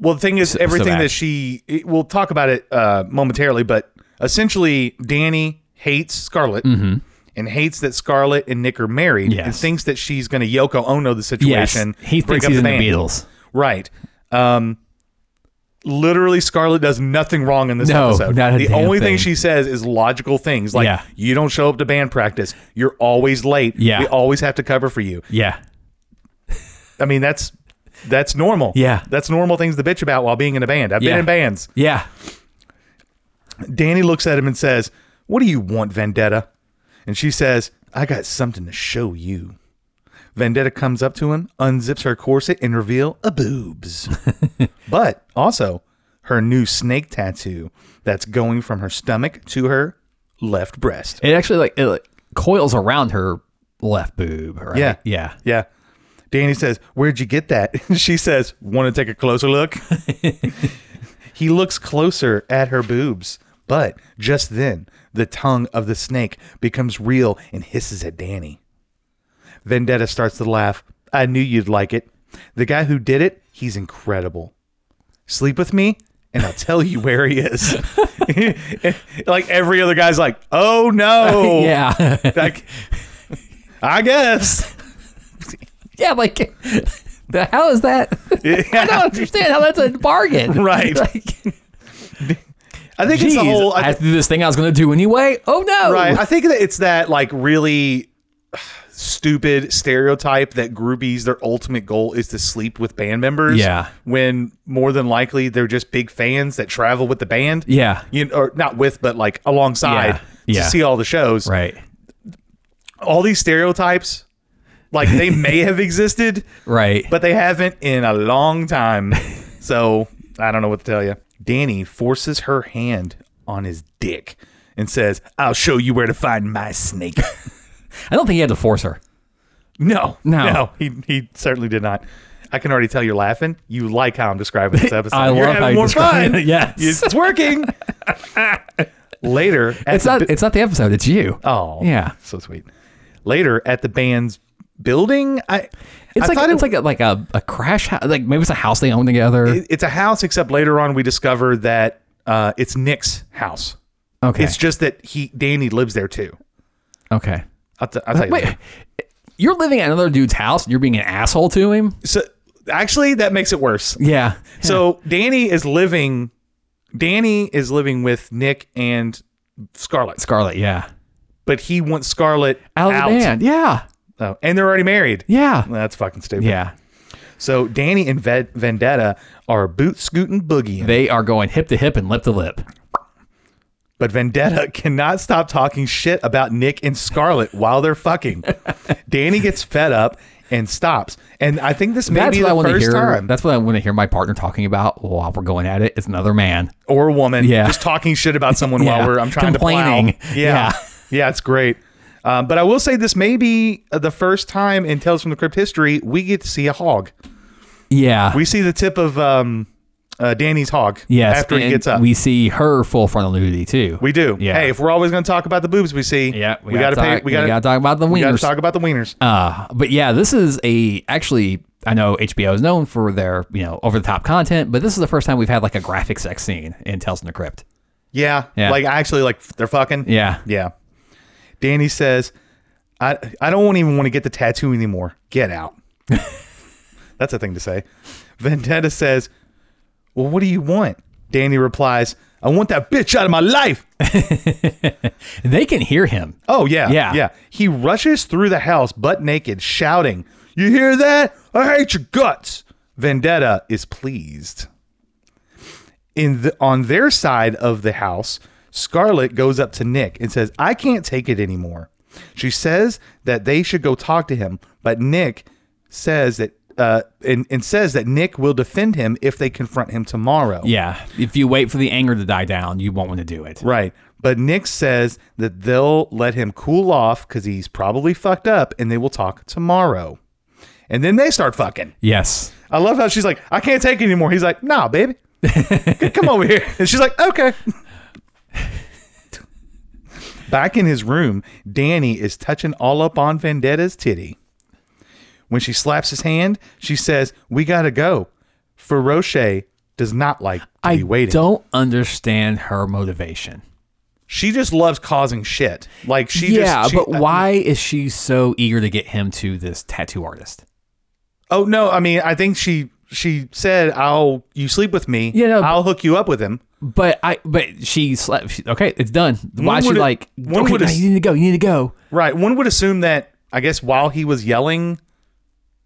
Speaker 2: Well, the thing is, everything
Speaker 3: bad.
Speaker 2: that she, it- we'll talk about it uh, momentarily, but essentially, Danny hates Scarlet and hates that Scarlet and Nick are married and
Speaker 3: Mm-hmm. Yes.
Speaker 2: thinks that she's going to Yoko Ono the
Speaker 3: yes,
Speaker 2: situation.
Speaker 3: he
Speaker 2: break
Speaker 3: thinks
Speaker 2: up
Speaker 3: he's in the
Speaker 2: band.
Speaker 3: Beatles.
Speaker 2: Right. Um, literally, Scarlet does nothing wrong in this
Speaker 3: No,
Speaker 2: episode.
Speaker 3: not a
Speaker 2: the
Speaker 3: damn
Speaker 2: only thing.
Speaker 3: thing.
Speaker 2: she says is logical things like,
Speaker 3: Yeah.
Speaker 2: you don't show up to band practice, you're always late,
Speaker 3: Yeah.
Speaker 2: we always have to cover for you.
Speaker 3: Yeah.
Speaker 2: I mean, that's. That's normal.
Speaker 3: Yeah.
Speaker 2: That's normal things to bitch about while being in a band. I've been
Speaker 3: Yeah.
Speaker 2: in bands.
Speaker 3: Yeah.
Speaker 2: Danny looks at him and says, What do you want, Vendetta? And she says, I got something to show you. Vendetta comes up to him, unzips her corset, and reveal a
Speaker 3: [LAUGHS]
Speaker 2: boobs. but also her new snake tattoo that's going from her stomach to her left breast.
Speaker 3: It actually like it like, coils around her left boob, right?
Speaker 2: Yeah.
Speaker 3: Yeah.
Speaker 2: Yeah. Danny says, Where'd you get that? [LAUGHS] she says, Want to take a closer
Speaker 3: [LAUGHS]
Speaker 2: look? he looks closer at her boobs. But just then, the tongue of the snake becomes real and hisses at Danny. Vendetta starts to laugh. I knew you'd like it. The guy who did it, he's incredible. Sleep with me, and I'll tell you where he is. [LAUGHS] like every other guy's like, oh no.
Speaker 3: [LAUGHS] Yeah.
Speaker 2: Like, I guess.
Speaker 3: yeah, like [LAUGHS] the, how is that? [LAUGHS] I don't understand how that's a
Speaker 2: [LAUGHS]
Speaker 3: bargain.
Speaker 2: Right.
Speaker 3: [LAUGHS] Like,
Speaker 2: [LAUGHS] I think it's
Speaker 3: geez,
Speaker 2: the whole.
Speaker 3: I
Speaker 2: I,
Speaker 3: have to do this thing I was going to do anyway. Oh no.
Speaker 2: right. I think that it's that like really stupid stereotype that groupies their ultimate goal is to sleep with band members.
Speaker 3: Yeah.
Speaker 2: When more than likely they're just big fans that travel with the band.
Speaker 3: Yeah.
Speaker 2: You know, or not with, but like alongside to
Speaker 3: Yeah. Yeah.
Speaker 2: see all the shows.
Speaker 3: Right.
Speaker 2: All these stereotypes, like they
Speaker 3: [LAUGHS]
Speaker 2: may have existed,
Speaker 3: Right.
Speaker 2: but they haven't in a long time.
Speaker 3: [LAUGHS]
Speaker 2: So I don't know what to tell you. Danny forces her hand on his dick
Speaker 3: [LAUGHS]
Speaker 2: and says, I'll show you where to find my snake.
Speaker 3: I don't think he had to force her.
Speaker 2: No,
Speaker 3: No.
Speaker 2: he he certainly did not. I can already tell you're laughing. You like how I'm describing this episode.
Speaker 3: [LAUGHS] I
Speaker 2: you're
Speaker 3: love
Speaker 2: having
Speaker 3: how you
Speaker 2: more
Speaker 3: describe
Speaker 2: fun.
Speaker 3: it. [LAUGHS] Yes.
Speaker 2: [LAUGHS] it's
Speaker 3: [LAUGHS]
Speaker 2: working. Later, at
Speaker 3: It's
Speaker 2: the
Speaker 3: not.
Speaker 2: bi-
Speaker 3: It's not the episode. It's you.
Speaker 2: oh,
Speaker 3: yeah.
Speaker 2: so sweet. Later at the band's building, I
Speaker 3: It's
Speaker 2: I
Speaker 3: like
Speaker 2: thought
Speaker 3: it's
Speaker 2: it,
Speaker 3: like a, like a, a crash. Ho- like maybe it's a house they own together.
Speaker 2: it- it's a house. Except later on, we discover that uh, it's Nick's house.
Speaker 3: okay.
Speaker 2: It's just that he Danny lives there too.
Speaker 3: okay.
Speaker 2: I'll, t- I'll tell you. later.
Speaker 3: Wait, you're living at another dude's house. and You're being an asshole to him.
Speaker 2: So actually, that makes it worse.
Speaker 3: Yeah.
Speaker 2: So Danny is living. Danny is living with Nick and Scarlett,
Speaker 3: Scarlet. Yeah.
Speaker 2: but he wants Scarlett
Speaker 3: Out
Speaker 2: out.
Speaker 3: of the band. Yeah.
Speaker 2: Oh, and they're already married.
Speaker 3: Yeah.
Speaker 2: That's fucking stupid.
Speaker 3: Yeah.
Speaker 2: So Danny and Ve- Vendetta are boot scooting boogieing,
Speaker 3: They are going hip to hip and lip to lip.
Speaker 2: but Vendetta [LAUGHS] cannot stop talking shit about Nick and Scarlett while they're fucking.
Speaker 3: [LAUGHS]
Speaker 2: Danny gets fed up and stops. And I think this may
Speaker 3: That's
Speaker 2: be
Speaker 3: what I
Speaker 2: the
Speaker 3: want to
Speaker 2: first
Speaker 3: hear.
Speaker 2: time
Speaker 3: That's what I want to hear my partner talking about while we're going at it. It's another man.
Speaker 2: or woman
Speaker 3: Yeah.
Speaker 2: just talking shit
Speaker 3: [LAUGHS]
Speaker 2: about someone
Speaker 3: Yeah.
Speaker 2: while we're I'm trying
Speaker 3: Complaining.
Speaker 2: to plow.
Speaker 3: Yeah.
Speaker 2: Yeah. Yeah, it's great. Um, but I will say this may be uh, the first time in Tales from the Crypt history we get to see a hog.
Speaker 3: Yeah.
Speaker 2: We see the tip of um, uh, Danny's hog
Speaker 3: yes.
Speaker 2: after he
Speaker 3: and
Speaker 2: gets up.
Speaker 3: we see her full frontal nudity too.
Speaker 2: We do.
Speaker 3: Yeah.
Speaker 2: Hey, if we're always going to talk about the boobs we see,
Speaker 3: yeah.
Speaker 2: we, got to
Speaker 3: gotta
Speaker 2: pay.
Speaker 3: talk-
Speaker 2: We got to
Speaker 3: talk about the
Speaker 2: We got to
Speaker 3: wieners.
Speaker 2: talk about the wieners.
Speaker 3: Uh, but yeah, this is a actually I know HBO is known for their you know over the top content, but this is the first time we've had like a graphic sex scene in Tales from the Crypt.
Speaker 2: yeah,
Speaker 3: yeah.
Speaker 2: Like actually, like they're fucking.
Speaker 3: Yeah,
Speaker 2: Yeah. Danny says, I I don't even want to get the tattoo anymore. Get
Speaker 3: [LAUGHS]
Speaker 2: out. That's a thing to say. Vendetta says, Well, what do you want? Danny replies, I want that bitch out of my life.
Speaker 3: they can hear him.
Speaker 2: Oh yeah.
Speaker 3: Yeah.
Speaker 2: Yeah. He rushes through the house butt naked, shouting, You hear that? I hate your guts. Vendetta is pleased. In the, on their side of the house, Scarlett goes up to Nick and says, I can't take it anymore. She says that they should go talk to him, but Nick says that uh, and, and says that Nick will defend him if they confront him tomorrow.
Speaker 3: Yeah, if you wait for the anger to die down, you won't want to do it.
Speaker 2: Right. But Nick says that they'll let him cool off because he's probably fucked up and they will talk tomorrow. And then they start fucking.
Speaker 3: Yes,
Speaker 2: I love how she's like, I can't take it anymore. He's like, nah, baby. C- Come over here. And she's like, okay. Back in his room, Danny is touching all up on Vendetta's titty. When she slaps his hand, she says, We gotta go. Feroche does not like to
Speaker 3: I
Speaker 2: be waiting.
Speaker 3: don't understand her motivation.
Speaker 2: She just loves causing shit. Like she
Speaker 3: yeah,
Speaker 2: just she- uh,
Speaker 3: but why is she so eager to get him to this tattoo artist?
Speaker 2: Oh no, I mean I think she she said I'll you sleep with me.
Speaker 3: Yeah, no,
Speaker 2: I'll hook you up with him.
Speaker 3: But I, but she slept. She, okay, it's done. Why is she
Speaker 2: would-
Speaker 3: like?
Speaker 2: one
Speaker 3: Okay,
Speaker 2: would
Speaker 3: no,
Speaker 2: ass-
Speaker 3: you need to go. You need to go.
Speaker 2: Right. One would assume that I guess while he was yelling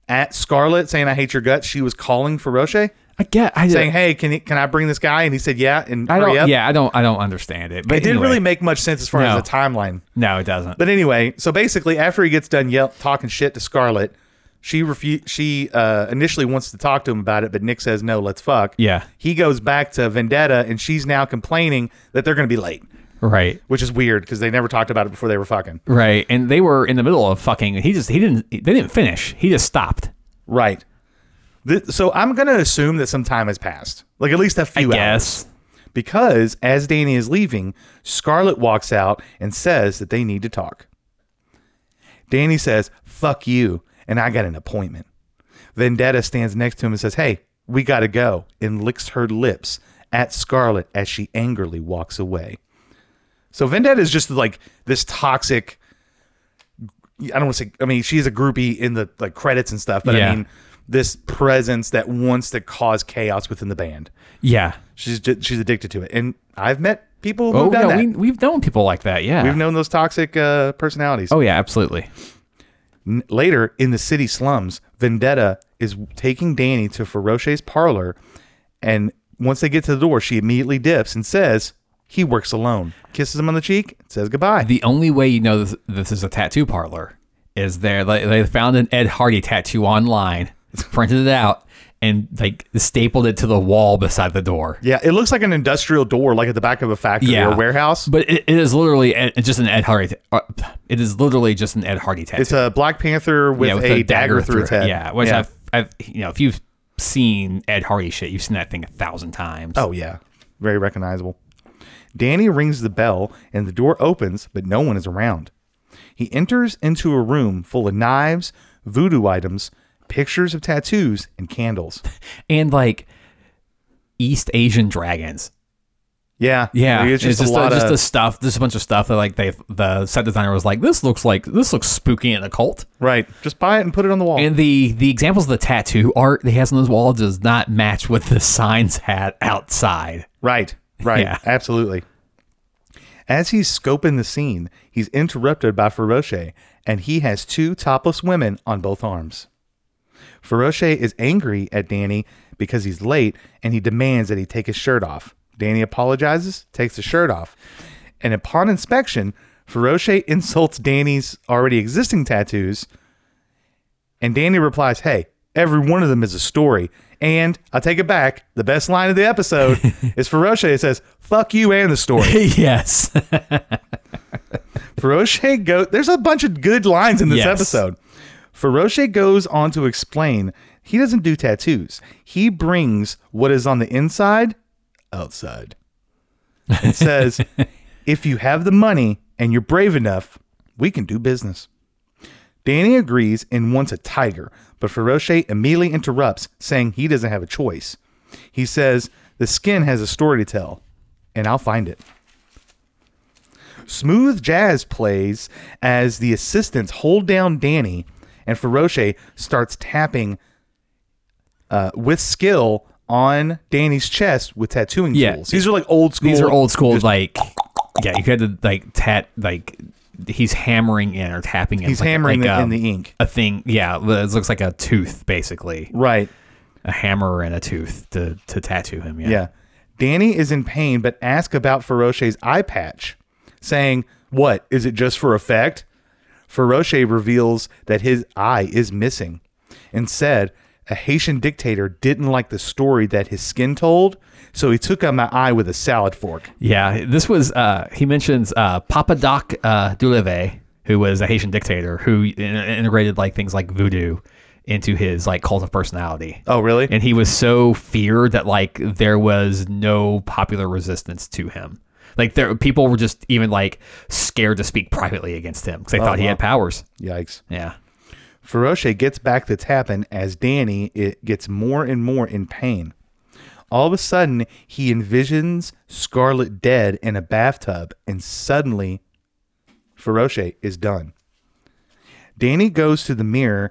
Speaker 2: at Scarlett saying I hate your guts, she was calling for Roche
Speaker 3: I get. I
Speaker 2: saying, "Hey, can he, can I bring this guy?" And he said, "Yeah." And
Speaker 3: I
Speaker 2: hurry
Speaker 3: don't.
Speaker 2: up.
Speaker 3: Yeah, I don't. I don't understand it. But
Speaker 2: It didn't
Speaker 3: anyway.
Speaker 2: really make much sense as far
Speaker 3: No.
Speaker 2: as the timeline.
Speaker 3: No, it doesn't.
Speaker 2: But anyway, so basically, after he gets done yell- talking shit to Scarlett, she refu- She uh, initially wants to talk to him about it, but Nick says no. Let's fuck.
Speaker 3: Yeah.
Speaker 2: He goes back to Vendetta, and she's now complaining that they're going to be late,
Speaker 3: Right.
Speaker 2: which is weird because they never talked about it before they were fucking.
Speaker 3: Right. And they were in the middle of fucking. He just. He didn't. They didn't finish. He just stopped.
Speaker 2: Right. Th- so I'm going to assume that some time has passed, like at least a few hours,
Speaker 3: Yes.
Speaker 2: because as Danny is leaving, Scarlett walks out and says that they need to talk. Danny says, "Fuck you," and I got an appointment. Vendetta stands next to him and says, Hey, we gotta go, and licks her lips at Scarlet as she angrily walks away. So Vendetta is just like this toxic I don't want to say I mean, she's a groupie in the like credits and stuff, but
Speaker 3: Yeah.
Speaker 2: I mean this presence that wants to cause chaos within the band.
Speaker 3: Yeah.
Speaker 2: She's ju- she's addicted to it. And I've met people who've
Speaker 3: Oh
Speaker 2: done
Speaker 3: no,
Speaker 2: that.
Speaker 3: we, we've known people like that. Yeah.
Speaker 2: We've known those toxic uh, personalities.
Speaker 3: oh yeah, absolutely.
Speaker 2: N- Later in the city slums, Vendetta is taking Danny to Feroche's parlor, and once they get to the door, she immediately dips and says he works alone, kisses him on the cheek, and says goodbye.
Speaker 3: The only way you know this, this is a tattoo parlor is there. They, they found an Ed Hardy tattoo online, printed it out, and like stapled it to the wall beside the door.
Speaker 2: Yeah, it looks like an industrial door, like at the back of a factory
Speaker 3: Yeah.
Speaker 2: or warehouse.
Speaker 3: But it, it is literally Ed- it's just an Ed Hardy. uh, It is literally just an Ed Hardy tattoo.
Speaker 2: it's a Black Panther with,
Speaker 3: yeah,
Speaker 2: a, dagger, through its
Speaker 3: it.
Speaker 2: head.
Speaker 3: Yeah, which I've, I've, you know, if you've seen Ed Hardy shit, you've seen that thing a thousand times.
Speaker 2: Oh, yeah. Very recognizable. Danny rings the bell and the door opens, but no one is around. He enters into a room full of knives, voodoo items, pictures of tattoos, and candles. [LAUGHS]
Speaker 3: and like East Asian dragons.
Speaker 2: Yeah.
Speaker 3: Yeah,
Speaker 2: It's just, a lot
Speaker 3: just
Speaker 2: of.
Speaker 3: the stuff. There's a bunch of stuff that like they the set designer was like, this looks like this looks spooky and occult.
Speaker 2: right. Just buy it and put it on the wall.
Speaker 3: And the the examples of the tattoo art that he has on his wall does not match what the signs had outside. [LAUGHS]
Speaker 2: Right, right,
Speaker 3: Yeah.
Speaker 2: absolutely. As he's scoping the scene, he's interrupted by Feroche, and he has two topless women on both arms. Feroche is angry at Danny because he's late and he demands that he take his shirt off. Danny apologizes, takes his shirt off, and upon inspection, Feroche insults Danny's already existing tattoos, and Danny replies, Hey, every one of them is a story. And I take it back. The best line of the episode is Feroche says, Fuck you and the story.
Speaker 3: yes,
Speaker 2: Feroche go there's a bunch of good lines in this
Speaker 3: Yes.
Speaker 2: episode. Feroche goes on to explain he doesn't do tattoos. He brings what is on the inside outside. And says, if you have the money and you're brave enough, we can do business. Danny agrees and wants a tiger, but Feroche immediately interrupts, saying he doesn't have a choice. He says, The skin has a story to tell, and I'll find it. Smooth jazz plays as the assistants hold down Danny, and Feroche starts tapping uh, with skill on Danny's chest with tattooing
Speaker 3: Yeah.
Speaker 2: tools. These are like old school.
Speaker 3: these are old school. like, yeah, you had to like tat like he's hammering in or tapping in.
Speaker 2: He's
Speaker 3: like-
Speaker 2: hammering
Speaker 3: like,
Speaker 2: the- in
Speaker 3: um,
Speaker 2: the ink.
Speaker 3: A thing, yeah. It looks like a tooth, basically,
Speaker 2: Right.
Speaker 3: a hammer and a tooth to to tattoo him. Yeah,
Speaker 2: Yeah. Danny is in pain, but asks about Feroche's eye patch, saying, What? Is it just for effect? Feroche reveals that his eye is missing and said, A Haitian dictator didn't like the story that his skin told, so he took out my eye with a salad fork.
Speaker 3: Yeah, This was uh, he mentions uh, Papa Doc uh, Duleve, who was a Haitian dictator who in- integrated like things like voodoo into his like cult of personality.
Speaker 2: Oh, really?
Speaker 3: and he was so feared that like there was no popular resistance to him. Like there, people were just even like scared to speak privately against him
Speaker 2: Oh,
Speaker 3: because they thought he had powers.
Speaker 2: Yikes.
Speaker 3: Yeah,
Speaker 2: Feroche gets back to tapping as Danny it gets more and more in pain. All of a sudden, he envisions Scarlet dead in a bathtub, and suddenly, Feroche is done. Danny goes to the mirror,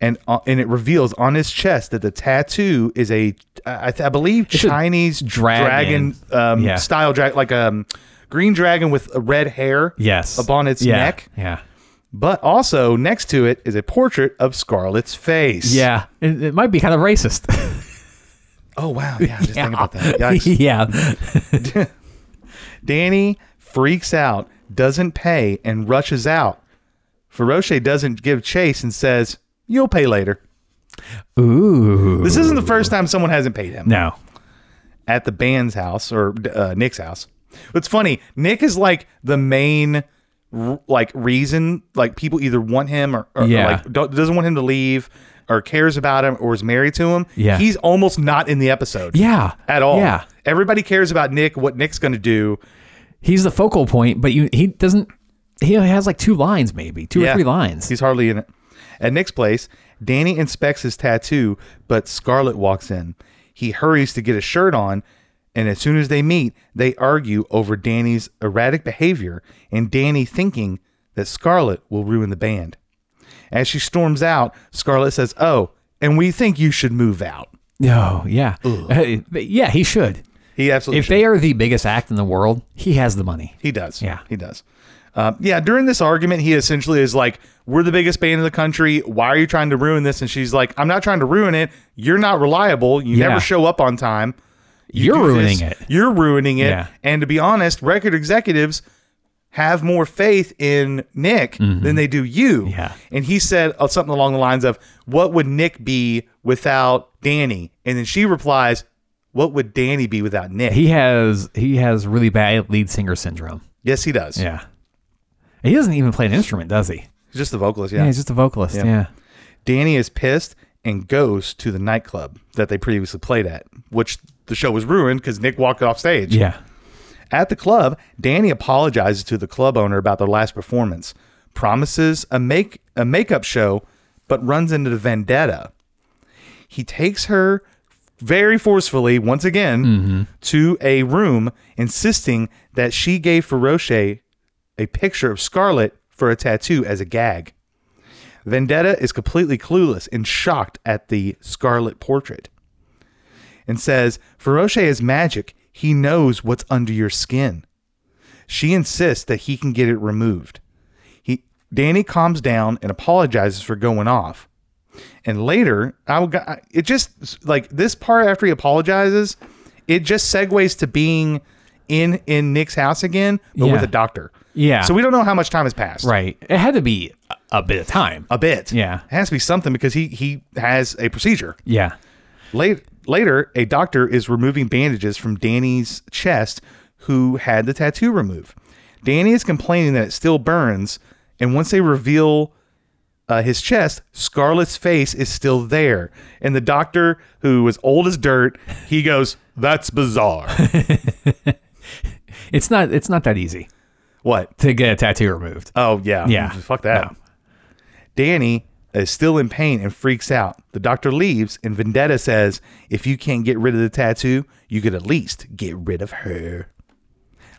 Speaker 2: and uh, and it reveals on his chest that the tattoo is a, I, I believe,
Speaker 3: a
Speaker 2: Chinese
Speaker 3: dragon.
Speaker 2: dragon, um,
Speaker 3: Yeah.
Speaker 2: style dragon, like a um, green dragon with a red hair.
Speaker 3: yes,
Speaker 2: upon its
Speaker 3: Yeah.
Speaker 2: neck
Speaker 3: Yeah,
Speaker 2: but also next to it is a portrait of Scarlett's face.
Speaker 3: yeah. It, it might be kind of racist.
Speaker 2: Oh wow. Yeah. Just think about that. Yikes.
Speaker 3: [LAUGHS] yeah,
Speaker 2: Danny freaks out, doesn't pay, and rushes out. Feroche doesn't give chase and says, "You'll pay later."
Speaker 3: ooh,
Speaker 2: This isn't the first time someone hasn't paid him
Speaker 3: no,
Speaker 2: at the band's house or uh, Nick's house. It's funny. Nick is like the main r- like reason like people either want him or, or- or,
Speaker 3: Yeah.
Speaker 2: like don't, doesn't want him to leave or cares about him or is married to him.
Speaker 3: Yeah.
Speaker 2: He's almost not in the episode.
Speaker 3: yeah,
Speaker 2: at all.
Speaker 3: Yeah,
Speaker 2: Everybody cares about Nick, what Nick's going to do.
Speaker 3: he's the focal point, but you he doesn't. He only has like two lines, maybe two or
Speaker 2: Yeah.
Speaker 3: three lines.
Speaker 2: He's hardly in it. At Nick's place, Danny inspects his tattoo, but Scarlet walks in. He hurries to get a shirt on, and as soon as they meet, they argue over Danny's erratic behavior and Danny thinking that Scarlet will ruin the band. As she storms out, Scarlet says, "Oh, and we think you should move out."
Speaker 3: No, yeah, Hey, but yeah. He should.
Speaker 2: He absolutely
Speaker 3: If
Speaker 2: should.
Speaker 3: they are the biggest act in the world, he has the money.
Speaker 2: He does.
Speaker 3: Yeah.
Speaker 2: he does. Um, yeah, during this argument, he essentially is like, "We're the biggest band in the country. Why are you trying to ruin this?" And she's like, "I'm not trying to ruin it. You're not reliable. You
Speaker 3: Yeah.
Speaker 2: never show up on time.
Speaker 3: You're
Speaker 2: do
Speaker 3: ruining
Speaker 2: this.
Speaker 3: it.
Speaker 2: You're ruining it."
Speaker 3: Yeah.
Speaker 2: And to be honest, record executives have more faith in Nick than they do you.
Speaker 3: Mm-hmm. Yeah.
Speaker 2: And he said uh, something along the lines of, What would Nick be without Danny? And then she replies, What would Danny be without Nick?
Speaker 3: He has he has really bad lead singer syndrome.
Speaker 2: yes, he does.
Speaker 3: Yeah. He doesn't even play an instrument, does he?
Speaker 2: He's just the vocalist.
Speaker 3: Yeah,
Speaker 2: Yeah.
Speaker 3: he's just a vocalist. Yeah.
Speaker 2: Danny is pissed and goes to the nightclub that they previously played at, which the show was ruined because Nick walked off stage.
Speaker 3: Yeah.
Speaker 2: At the club, Danny apologizes to the club owner about their last performance, promises a make a makeup show, but runs into the vendetta. He takes her very forcefully once again to a room, insisting that she gave Feroche a picture of Scarlet for a tattoo as a gag. Vendetta is completely clueless and shocked at the Scarlet portrait and says, Feroce is magic. He knows what's under your skin. She insists that he can get it removed. He, Danny calms down and apologizes for going off. And later, I will, go- it just like this part after he apologizes, it just segues to being in in Nick's house again, but with
Speaker 3: Yeah.
Speaker 2: a doctor.
Speaker 3: Yeah.
Speaker 2: So we don't know how much time has passed.
Speaker 3: Right. It had to be a- a bit of time.
Speaker 2: A bit.
Speaker 3: Yeah.
Speaker 2: It has to be something because he he has a procedure.
Speaker 3: Yeah.
Speaker 2: Late, later, a doctor is removing bandages from Danny's chest, who had the tattoo removed. Danny is complaining that it still burns, and once they reveal uh, his chest, Scarlett's face is still there. And the doctor, who is old as dirt, he goes, "That's bizarre." [LAUGHS]
Speaker 3: It's not it's not that easy
Speaker 2: what?
Speaker 3: to get a tattoo removed.
Speaker 2: Oh yeah,
Speaker 3: Yeah.
Speaker 2: Fuck that. Danny is still in pain and freaks out. The doctor leaves, and Vendetta says, "If you can't get rid of the tattoo, you could at least get rid of her."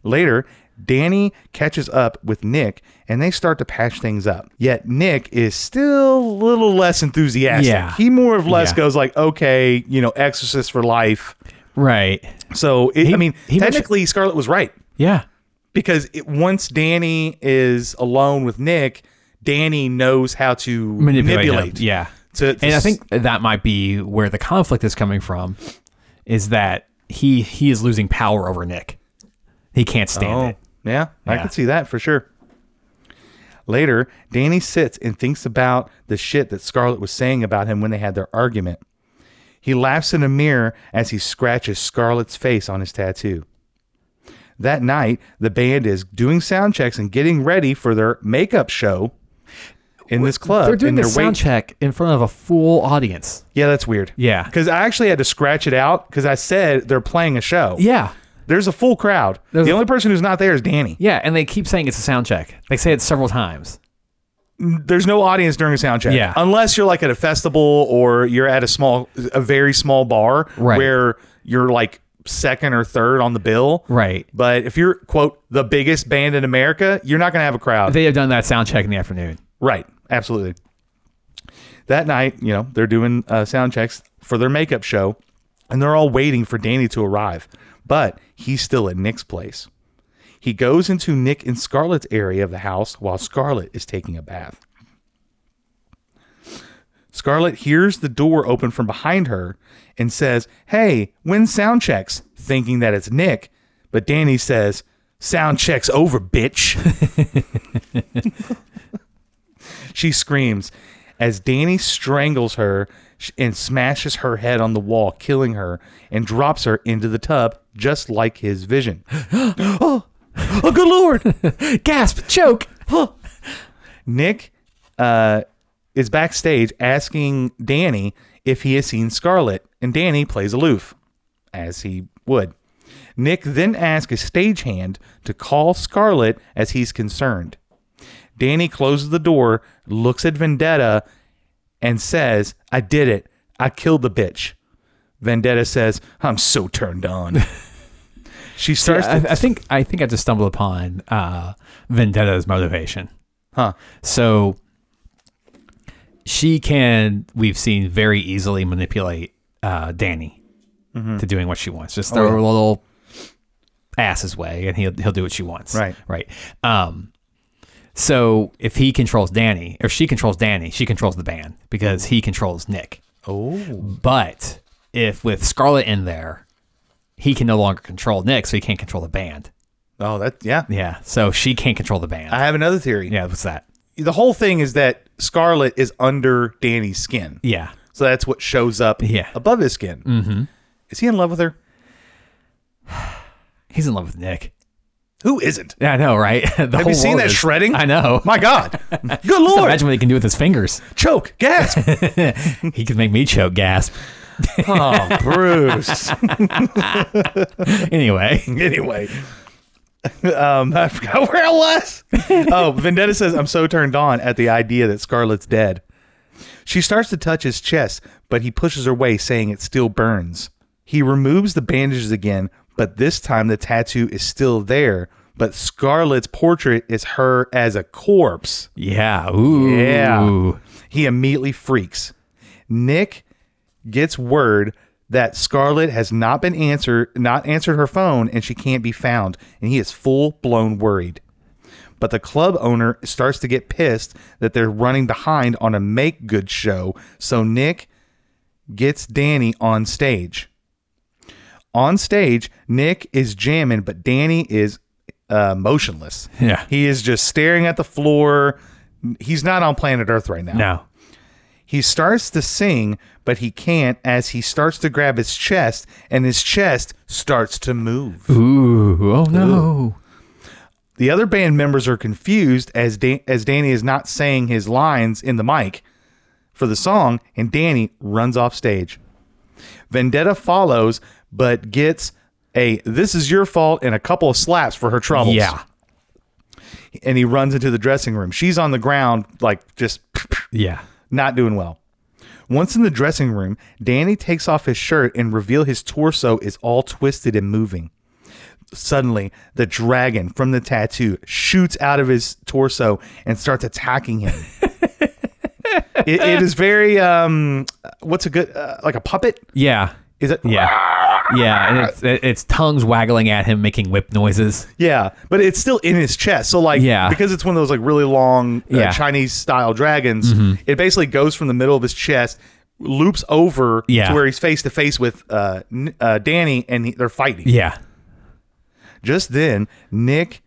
Speaker 2: Later, Danny catches up with Nick, and they start to patch things up. Yet Nick is still a little less enthusiastic.
Speaker 3: Yeah.
Speaker 2: He more or less
Speaker 3: Yeah.
Speaker 2: goes like, "Okay, you know, Exorcist for life."
Speaker 3: Right.
Speaker 2: So it, I mean,
Speaker 3: he mentioned-
Speaker 2: technically, Scarlet was right
Speaker 3: Yeah.
Speaker 2: because it, once Danny is alone with Nick, Danny knows how to manipulate.
Speaker 3: Manipulate. him. Yeah.
Speaker 2: To, to
Speaker 3: and I
Speaker 2: s-
Speaker 3: think that might be where the conflict is coming from, is that he he is losing power over Nick. He can't stand
Speaker 2: Oh,
Speaker 3: it.
Speaker 2: yeah, I
Speaker 3: Yeah.
Speaker 2: can see that for sure. Later, Danny sits and thinks about the shit that Scarlett was saying about him when they had their argument. He laughs in a mirror as he scratches Scarlett's face on his tattoo. That night, the band is doing sound checks and getting ready for their makeup show in this club.
Speaker 3: They're doing
Speaker 2: Uh, and
Speaker 3: the
Speaker 2: wait-
Speaker 3: sound check in front of a full audience.
Speaker 2: Yeah, that's weird.
Speaker 3: Yeah.
Speaker 2: Because I actually had to scratch it out because I said they're playing a show.
Speaker 3: Yeah.
Speaker 2: There's a full crowd.
Speaker 3: There's
Speaker 2: the
Speaker 3: a-
Speaker 2: only person who's not there is Danny.
Speaker 3: Yeah, and they keep saying it's a sound check. They say it several times.
Speaker 2: There's no audience during a sound check.
Speaker 3: Yeah.
Speaker 2: Unless you're like at a festival or you're at a small, a very small bar
Speaker 3: Right.
Speaker 2: where you're like second or third on the bill.
Speaker 3: Right.
Speaker 2: But if you're, quote, the biggest band in America, you're not going to have a crowd.
Speaker 3: They have done that sound check in the afternoon.
Speaker 2: Right. Absolutely. That night, you know, they're doing uh, sound checks for their makeup show and they're all waiting for Danny to arrive, but he's still at Nick's place. He goes into Nick and Scarlett's area of the house while Scarlett is taking a bath. Scarlett hears the door open from behind her and says, Hey, when sound checks? Thinking that it's Nick. But Danny says, Sound check's over, bitch. She screams as Danny strangles her sh- and smashes her head on the wall, killing her, and drops her into the tub, just like his vision. oh, oh, good lord!
Speaker 3: [LAUGHS] Gasp, choke.
Speaker 2: Nick uh, is backstage asking Danny if he has seen Scarlet, and Danny plays aloof, as he would. Nick then asks a stagehand to call Scarlet as he's concerned. Danny closes the door, looks at Vendetta, and says, I did it. I killed the bitch. Vendetta says, I'm so turned
Speaker 3: [LAUGHS]
Speaker 2: on. she starts
Speaker 3: I,
Speaker 2: to.
Speaker 3: I think I think I just stumbled upon uh, Vendetta's motivation.
Speaker 2: Huh.
Speaker 3: So she can we've seen very easily manipulate uh, Danny
Speaker 2: Mm-hmm.
Speaker 3: to doing what she wants.
Speaker 2: Oh,
Speaker 3: Just throw a little ass his way, and he'll he'll do what she wants.
Speaker 2: Right.
Speaker 3: Right. Um. So if he controls Danny, or she controls Danny, she controls the band because he controls Nick.
Speaker 2: Oh.
Speaker 3: But if with Scarlet in there, he can no longer control Nick, so he can't control the band.
Speaker 2: Oh, that yeah.
Speaker 3: Yeah. So she can't control the band.
Speaker 2: I have another theory.
Speaker 3: yeah. What's that?
Speaker 2: The whole thing is that Scarlet is under Danny's skin.
Speaker 3: Yeah.
Speaker 2: So that's what shows up
Speaker 3: Yeah.
Speaker 2: above his skin. Mm-hmm. Is he in love with her?
Speaker 3: He's in love with Nick.
Speaker 2: Who isn't?
Speaker 3: Yeah, I know, right? [LAUGHS] The
Speaker 2: Have you
Speaker 3: whole
Speaker 2: seen
Speaker 3: world
Speaker 2: that
Speaker 3: is-
Speaker 2: shredding?
Speaker 3: Oh, I know. [LAUGHS]
Speaker 2: My God. Good
Speaker 3: Just
Speaker 2: Lord.
Speaker 3: imagine what he can do with
Speaker 2: [LAUGHS]
Speaker 3: his fingers.
Speaker 2: Choke. Gasp.
Speaker 3: [LAUGHS] He can make me choke gasp.
Speaker 2: oh, Bruce.
Speaker 3: Anyway. [LAUGHS]
Speaker 2: [LAUGHS] anyway. Um, I forgot [LAUGHS] where I was. Oh, Vendetta says, I'm so turned on at the idea that Scarlett's dead. She starts to touch his chest, but he pushes her away, saying it still burns. He removes the bandages again, but this time the tattoo is still there. But Scarlett's portrait is her as a corpse.
Speaker 3: Yeah. Ooh.
Speaker 2: Yeah. He immediately freaks. Nick gets word that Scarlett has not been answered, not answered her phone, and she can't be found, and he is full blown worried. But the club owner starts to get pissed that they're running behind on a make good show, so Nick gets Danny on stage. On stage, Nick is jamming, but Danny is uh, motionless.
Speaker 3: Yeah.
Speaker 2: He is just staring at the floor. He's not on planet Earth right now.
Speaker 3: No.
Speaker 2: He starts to sing, but he can't as he starts to grab his chest and his chest starts to move.
Speaker 3: Ooh. Oh no.
Speaker 2: The other band members are confused as Dan- as Danny is not saying his lines in the mic for the song and Danny runs off stage. Vendetta follows but gets a this is your fault and a couple of slaps for her troubles.
Speaker 3: Yeah.
Speaker 2: And he runs into the dressing room. She's on the ground like just
Speaker 3: Yeah.
Speaker 2: not doing well. Once in the dressing room, Danny takes off his shirt and reveal his torso is all twisted and moving. Suddenly, the dragon from the tattoo shoots out of his torso and starts attacking him. it, it is very um, what's a good uh, like a puppet?
Speaker 3: Yeah.
Speaker 2: Is it?
Speaker 3: Yeah. Yeah. And it's, it- it's tongues waggling at him, making whip noises.
Speaker 2: Yeah, but it's still in his chest. So like,
Speaker 3: Yeah.
Speaker 2: because it's one of those like really long uh,
Speaker 3: Yeah. Mm-hmm.
Speaker 2: Chinese style dragons. It basically goes from the middle of his chest, loops over
Speaker 3: Yeah.
Speaker 2: to where he's face to face with uh, N- uh, Danny, and he- they're fighting.
Speaker 3: Yeah.
Speaker 2: Just then, Nick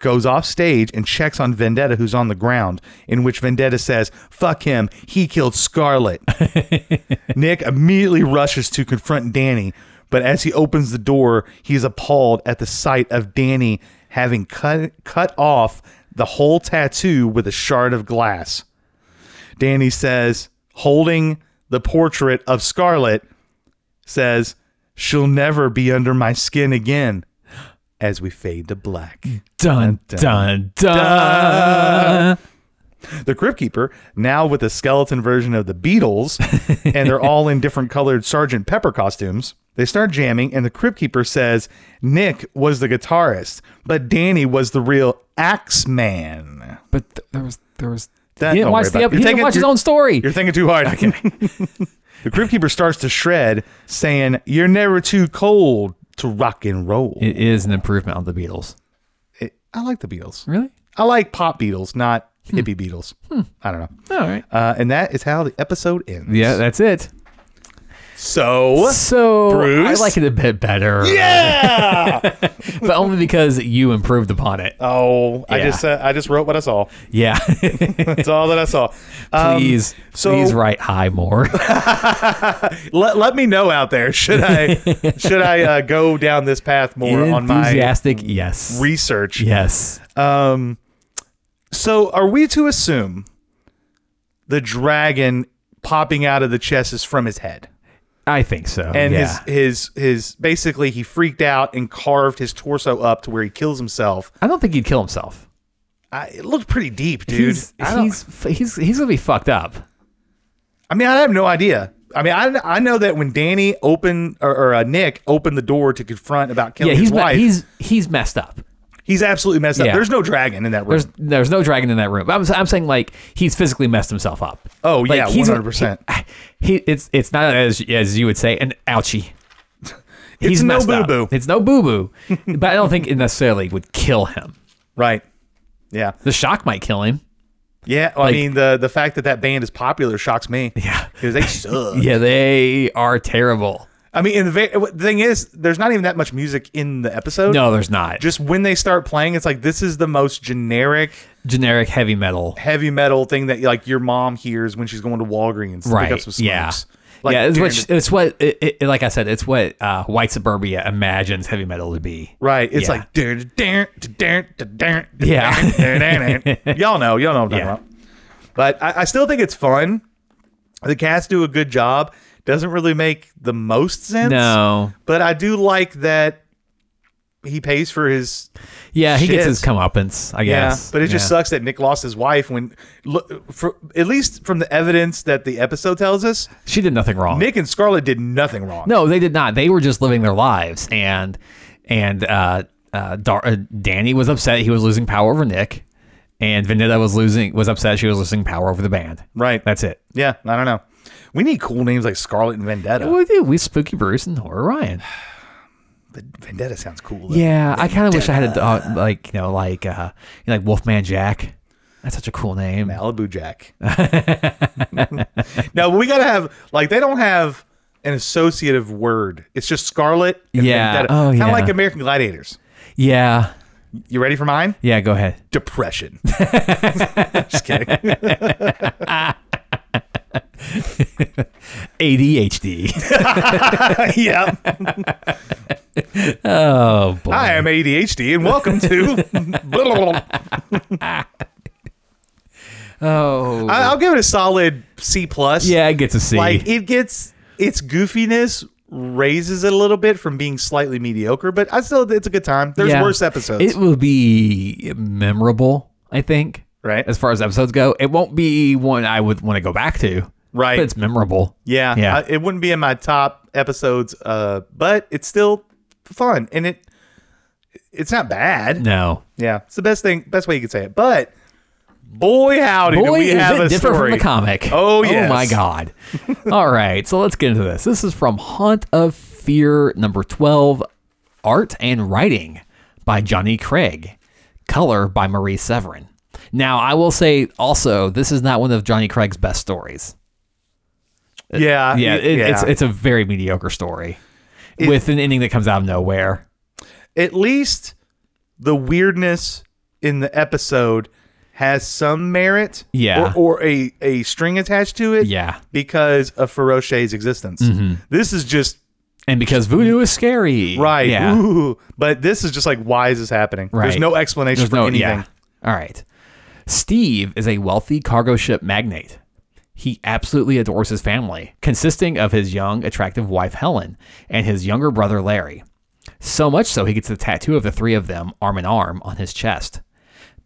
Speaker 2: goes off stage and checks on Vendetta, who's on the ground. In which Vendetta says, "Fuck him! He killed Scarlet." Nick immediately rushes to confront Danny, but as he opens the door, he's appalled at the sight of Danny having cut cut off the whole tattoo with a shard of glass. Danny says, holding the portrait of Scarlet, says, "She'll never be under my skin again." As we fade to black.
Speaker 3: Dun dun dun.
Speaker 2: [LAUGHS] the Crypt Keeper, now with a skeleton version of the Beatles, and they're all in different colored Sergeant Pepper costumes. They start jamming, and the Crypt Keeper says Nick was the guitarist, but Danny was the real Axeman.
Speaker 3: But th- there was there was.
Speaker 2: That-
Speaker 3: he didn't
Speaker 2: don't
Speaker 3: watch
Speaker 2: worry
Speaker 3: the
Speaker 2: about it.
Speaker 3: ep- he
Speaker 2: You're
Speaker 3: didn't
Speaker 2: taking-
Speaker 3: watch his
Speaker 2: you're-
Speaker 3: own story.
Speaker 2: You're thinking too hard. Okay. [LAUGHS] the Crypt Keeper starts to shred, saying, You're never too cold to rock and roll.
Speaker 3: It is an improvement on the Beatles.
Speaker 2: It- I like the Beatles.
Speaker 3: Really?
Speaker 2: I like pop Beatles, not hippie Beatles. I don't know.
Speaker 3: All right.
Speaker 2: Uh, and that is how the episode ends.
Speaker 3: Yeah, that's it.
Speaker 2: So
Speaker 3: So
Speaker 2: Bruce?
Speaker 3: I like it a bit better.
Speaker 2: Yeah.
Speaker 3: but only because you improved upon it.
Speaker 2: [LAUGHS] oh, I
Speaker 3: Yeah.
Speaker 2: just uh, I just wrote what I saw.
Speaker 3: Yeah. [LAUGHS]
Speaker 2: That's all that I saw. Um,
Speaker 3: please,
Speaker 2: so-
Speaker 3: please write
Speaker 2: [LAUGHS]
Speaker 3: high more.
Speaker 2: let, let me know out there. Should
Speaker 3: [LAUGHS]
Speaker 2: I should I uh, go down this path more on my
Speaker 3: Enthusiastic, yes.
Speaker 2: research?
Speaker 3: yes.
Speaker 2: Um. So are we to assume the dragon popping out of the chest is from his head?
Speaker 3: I think so.
Speaker 2: and
Speaker 3: yeah.
Speaker 2: his his his basically he freaked out and carved his torso up to where he kills himself.
Speaker 3: I don't think he'd kill himself.
Speaker 2: I, it looked pretty deep, dude.
Speaker 3: he's,
Speaker 2: I don't-
Speaker 3: he's f- he's he's gonna be fucked up.
Speaker 2: I mean, I have no idea. I mean, I, I know that when Danny opened or, or uh, Nick opened the door to confront about killing
Speaker 3: yeah, he's
Speaker 2: his
Speaker 3: me-
Speaker 2: wife, he's,
Speaker 3: he's he's messed up.
Speaker 2: absolutely messed up.
Speaker 3: Yeah.
Speaker 2: There's no dragon in that room.
Speaker 3: There's there's no dragon in that room. But I'm I'm saying like he's physically messed himself up.
Speaker 2: Oh,
Speaker 3: Like,
Speaker 2: yeah,
Speaker 3: he's-
Speaker 2: 100%.
Speaker 3: [SIGHS] He, he it's it's not as as you would say an ouchie. He's
Speaker 2: no
Speaker 3: messed up.
Speaker 2: boo-boo.
Speaker 3: It's no boo boo. [LAUGHS] but I don't think it necessarily would kill him.
Speaker 2: right. Yeah.
Speaker 3: The shock might kill him.
Speaker 2: Yeah. well, I
Speaker 3: Like-
Speaker 2: mean, the the fact that that band is popular shocks me.
Speaker 3: [LAUGHS] Yeah. [LAUGHS]
Speaker 2: Because they suck.
Speaker 3: Yeah, they are terrible.
Speaker 2: I mean, in the, va- the thing is, there's not even that much music in the episode.
Speaker 3: No, there's not.
Speaker 2: Just when they start playing, it's like this is the most generic
Speaker 3: generic heavy metal.
Speaker 2: heavy metal thing that like your mom hears when she's going to Walgreens to pick up some smokes.
Speaker 3: Yeah.
Speaker 2: Like,
Speaker 3: yeah, it's
Speaker 2: during
Speaker 3: what,
Speaker 2: the-
Speaker 3: it's what it, it, like I said, it's what uh, white suburbia imagines heavy metal to be.
Speaker 2: Right. It's
Speaker 3: Yeah.
Speaker 2: like "Dun, dun, dun, dun, dun, dun,
Speaker 3: Yeah.
Speaker 2: dun, dun, dun,
Speaker 3: [LAUGHS]
Speaker 2: dun." y'all know, y'all know what I'm
Speaker 3: Yeah.
Speaker 2: talking about. But I, I still think it's fun. The cats do a good job. Doesn't really make the most sense.
Speaker 3: No.
Speaker 2: But I do like that he pays for his
Speaker 3: Yeah, he gets
Speaker 2: Shit.
Speaker 3: his comeuppance, I guess.
Speaker 2: but it just
Speaker 3: Yeah.
Speaker 2: sucks that Nick lost his wife when look for at least from the evidence that the episode tells us,
Speaker 3: she did nothing wrong.
Speaker 2: Nick and Scarlett did nothing wrong.
Speaker 3: No, they did not. They were just living their lives, and and uh, uh, Dar- uh, Danny was upset he was losing power over Nick, and Vanetta was losing was upset she was losing power over the band.
Speaker 2: Right.
Speaker 3: That's it.
Speaker 2: Yeah, I don't know. We need cool names like Scarlet and Vendetta.
Speaker 3: What do we do? We spooky Bruce and horror Ryan.
Speaker 2: But Vendetta sounds cool. though.
Speaker 3: Yeah, I kind of wish I had a dog like you know like uh, you know, like Wolfman Jack. That's such a cool name.
Speaker 2: Malibu
Speaker 3: [LAUGHS]
Speaker 2: Jack. no, but we gotta have like they don't have an associative word. It's just Scarlet. And
Speaker 3: Yeah.
Speaker 2: Vendetta.
Speaker 3: Oh,
Speaker 2: Kind
Speaker 3: yeah.
Speaker 2: of like American Gladiators.
Speaker 3: Yeah,
Speaker 2: You ready for mine?
Speaker 3: yeah. Go ahead. [LAUGHS]
Speaker 2: Depression. just kidding. [LAUGHS]
Speaker 3: ADHD.
Speaker 2: yeah.
Speaker 3: [LAUGHS] oh boy.
Speaker 2: I am ADHD, and welcome to. blah, blah, blah.
Speaker 3: Oh.
Speaker 2: I, [LAUGHS] I'll give it a solid C plus.
Speaker 3: yeah, it gets a C.
Speaker 2: like it gets its goofiness raises it a little bit from being slightly mediocre, but I still it's a good time. There's
Speaker 3: Yeah.
Speaker 2: worse episodes.
Speaker 3: It will be memorable, I think.
Speaker 2: Right.
Speaker 3: As far as episodes go, it won't be one I would want to go back to.
Speaker 2: Right.
Speaker 3: But it's memorable.
Speaker 2: yeah,
Speaker 3: Yeah.
Speaker 2: I- it wouldn't be in my top episodes, uh, but it's still fun and it it's not bad.
Speaker 3: No.
Speaker 2: Yeah, it's the best thing, best way you could say it. But boy, howdy, do
Speaker 3: Boy,
Speaker 2: we
Speaker 3: is
Speaker 2: have
Speaker 3: it
Speaker 2: a
Speaker 3: different
Speaker 2: story.
Speaker 3: from the comic.
Speaker 2: Oh,
Speaker 3: Oh
Speaker 2: yes.
Speaker 3: my god. [LAUGHS] All right. So let's get into this. This is from Haunt of Fear number 12, art and writing by Johnny Craig, color by Marie Severin. Now, I will say also, this is not one of Johnny Craig's best stories.
Speaker 2: Uh, yeah,
Speaker 3: yeah,
Speaker 2: y-
Speaker 3: it, it's it's a very mediocre story with an ending that comes out of nowhere.
Speaker 2: at least the weirdness in the episode has some merit
Speaker 3: Yeah.
Speaker 2: or, or a, a string attached to it
Speaker 3: Yeah. Mm-hmm.
Speaker 2: because of Feroce's existence. This is just
Speaker 3: And because voodoo is scary,
Speaker 2: right.
Speaker 3: Yeah,
Speaker 2: Ooh. But this is just like why is this happening? There's
Speaker 3: Right.
Speaker 2: no explanation
Speaker 3: there's
Speaker 2: for
Speaker 3: no
Speaker 2: anything.
Speaker 3: yeah. All right, Steve is a wealthy cargo ship magnate. He absolutely adores his family, consisting of his young, attractive wife Helen and his younger brother Larry. So much so, he gets a tattoo of the three of them arm in arm on his chest.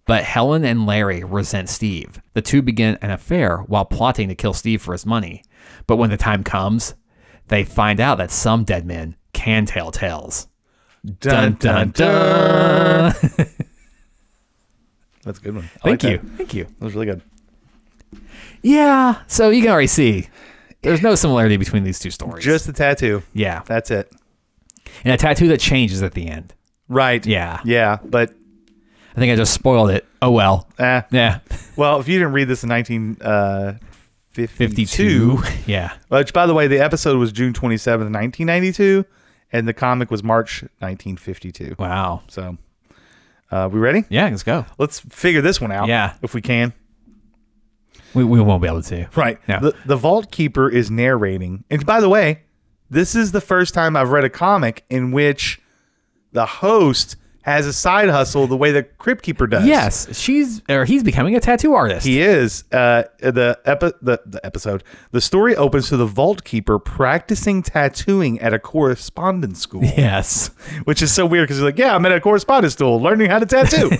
Speaker 3: But Helen and Larry resent Steve. The two begin an affair while plotting to kill Steve for his money. But when the time comes, they find out that some dead men can tell tales. Dun dun dun.
Speaker 2: That's a good one. I
Speaker 3: [LAUGHS]
Speaker 2: like
Speaker 3: Thank you.
Speaker 2: That.
Speaker 3: Thank you.
Speaker 2: that was really good.
Speaker 3: Yeah, so you can already see there's no similarity between these two stories.
Speaker 2: Just the tattoo.
Speaker 3: yeah.
Speaker 2: That's it.
Speaker 3: And a tattoo that changes at the end.
Speaker 2: Right.
Speaker 3: Yeah.
Speaker 2: Yeah. But
Speaker 3: I think I just spoiled it. Oh well.
Speaker 2: eh. [LAUGHS]
Speaker 3: Yeah.
Speaker 2: well, if you didn't read this in 1952,
Speaker 3: 52. Yeah.
Speaker 2: Which, by the way, the episode was June 27th, 1992, and the comic was March 1952.
Speaker 3: Wow.
Speaker 2: So, uh, we ready?
Speaker 3: Yeah, let's go.
Speaker 2: Let's figure this one out.
Speaker 3: Yeah.
Speaker 2: If we can.
Speaker 3: We, we won't be able to.
Speaker 2: Right.
Speaker 3: Yeah.
Speaker 2: The, the Vault Keeper is narrating. And by the way, this is the first time I've read a comic in which the host has a side hustle the way the Crypt Keeper does.
Speaker 3: Yes, she's or he's becoming a tattoo artist.
Speaker 2: He is. Uh, the, epi- the the episode. The story opens to the Vault Keeper practicing tattooing at a correspondence
Speaker 3: [LAUGHS]
Speaker 2: school.
Speaker 3: yes.
Speaker 2: which is so weird because he's like, yeah, I'm at a correspondence school learning how to tattoo.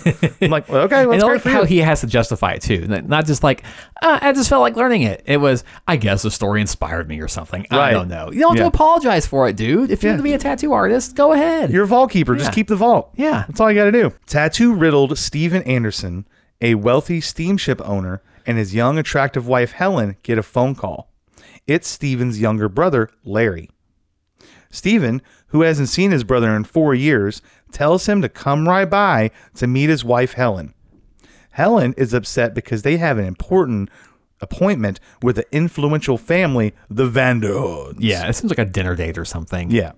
Speaker 2: I'm like, well, okay,
Speaker 3: [LAUGHS] And
Speaker 2: that's
Speaker 3: I
Speaker 2: great
Speaker 3: like
Speaker 2: for
Speaker 3: how
Speaker 2: you.
Speaker 3: he has to justify it too. Not not just like, uh, I just felt like learning it. It was, I guess the story inspired me or something.
Speaker 2: Right.
Speaker 3: I don't know. You don't have
Speaker 2: Yeah.
Speaker 3: to apologize for it, dude. If you want to be a tattoo artist, go ahead.
Speaker 2: You're a vault keeper. Just
Speaker 3: Yeah.
Speaker 2: keep the vault.
Speaker 3: Yeah.
Speaker 2: That's all you got to do. Tattoo riddled Steven Anderson, a wealthy steamship owner, and his young, attractive wife, Helen, get a phone call. It's Steven's younger brother, Larry. Steven, who hasn't seen his brother in four years, tells him to come right by to meet his wife, Helen. Helen is upset because they have an important appointment with the influential family, the Vanderhoods.
Speaker 3: Yeah, it seems like a dinner date or something.
Speaker 2: Yeah.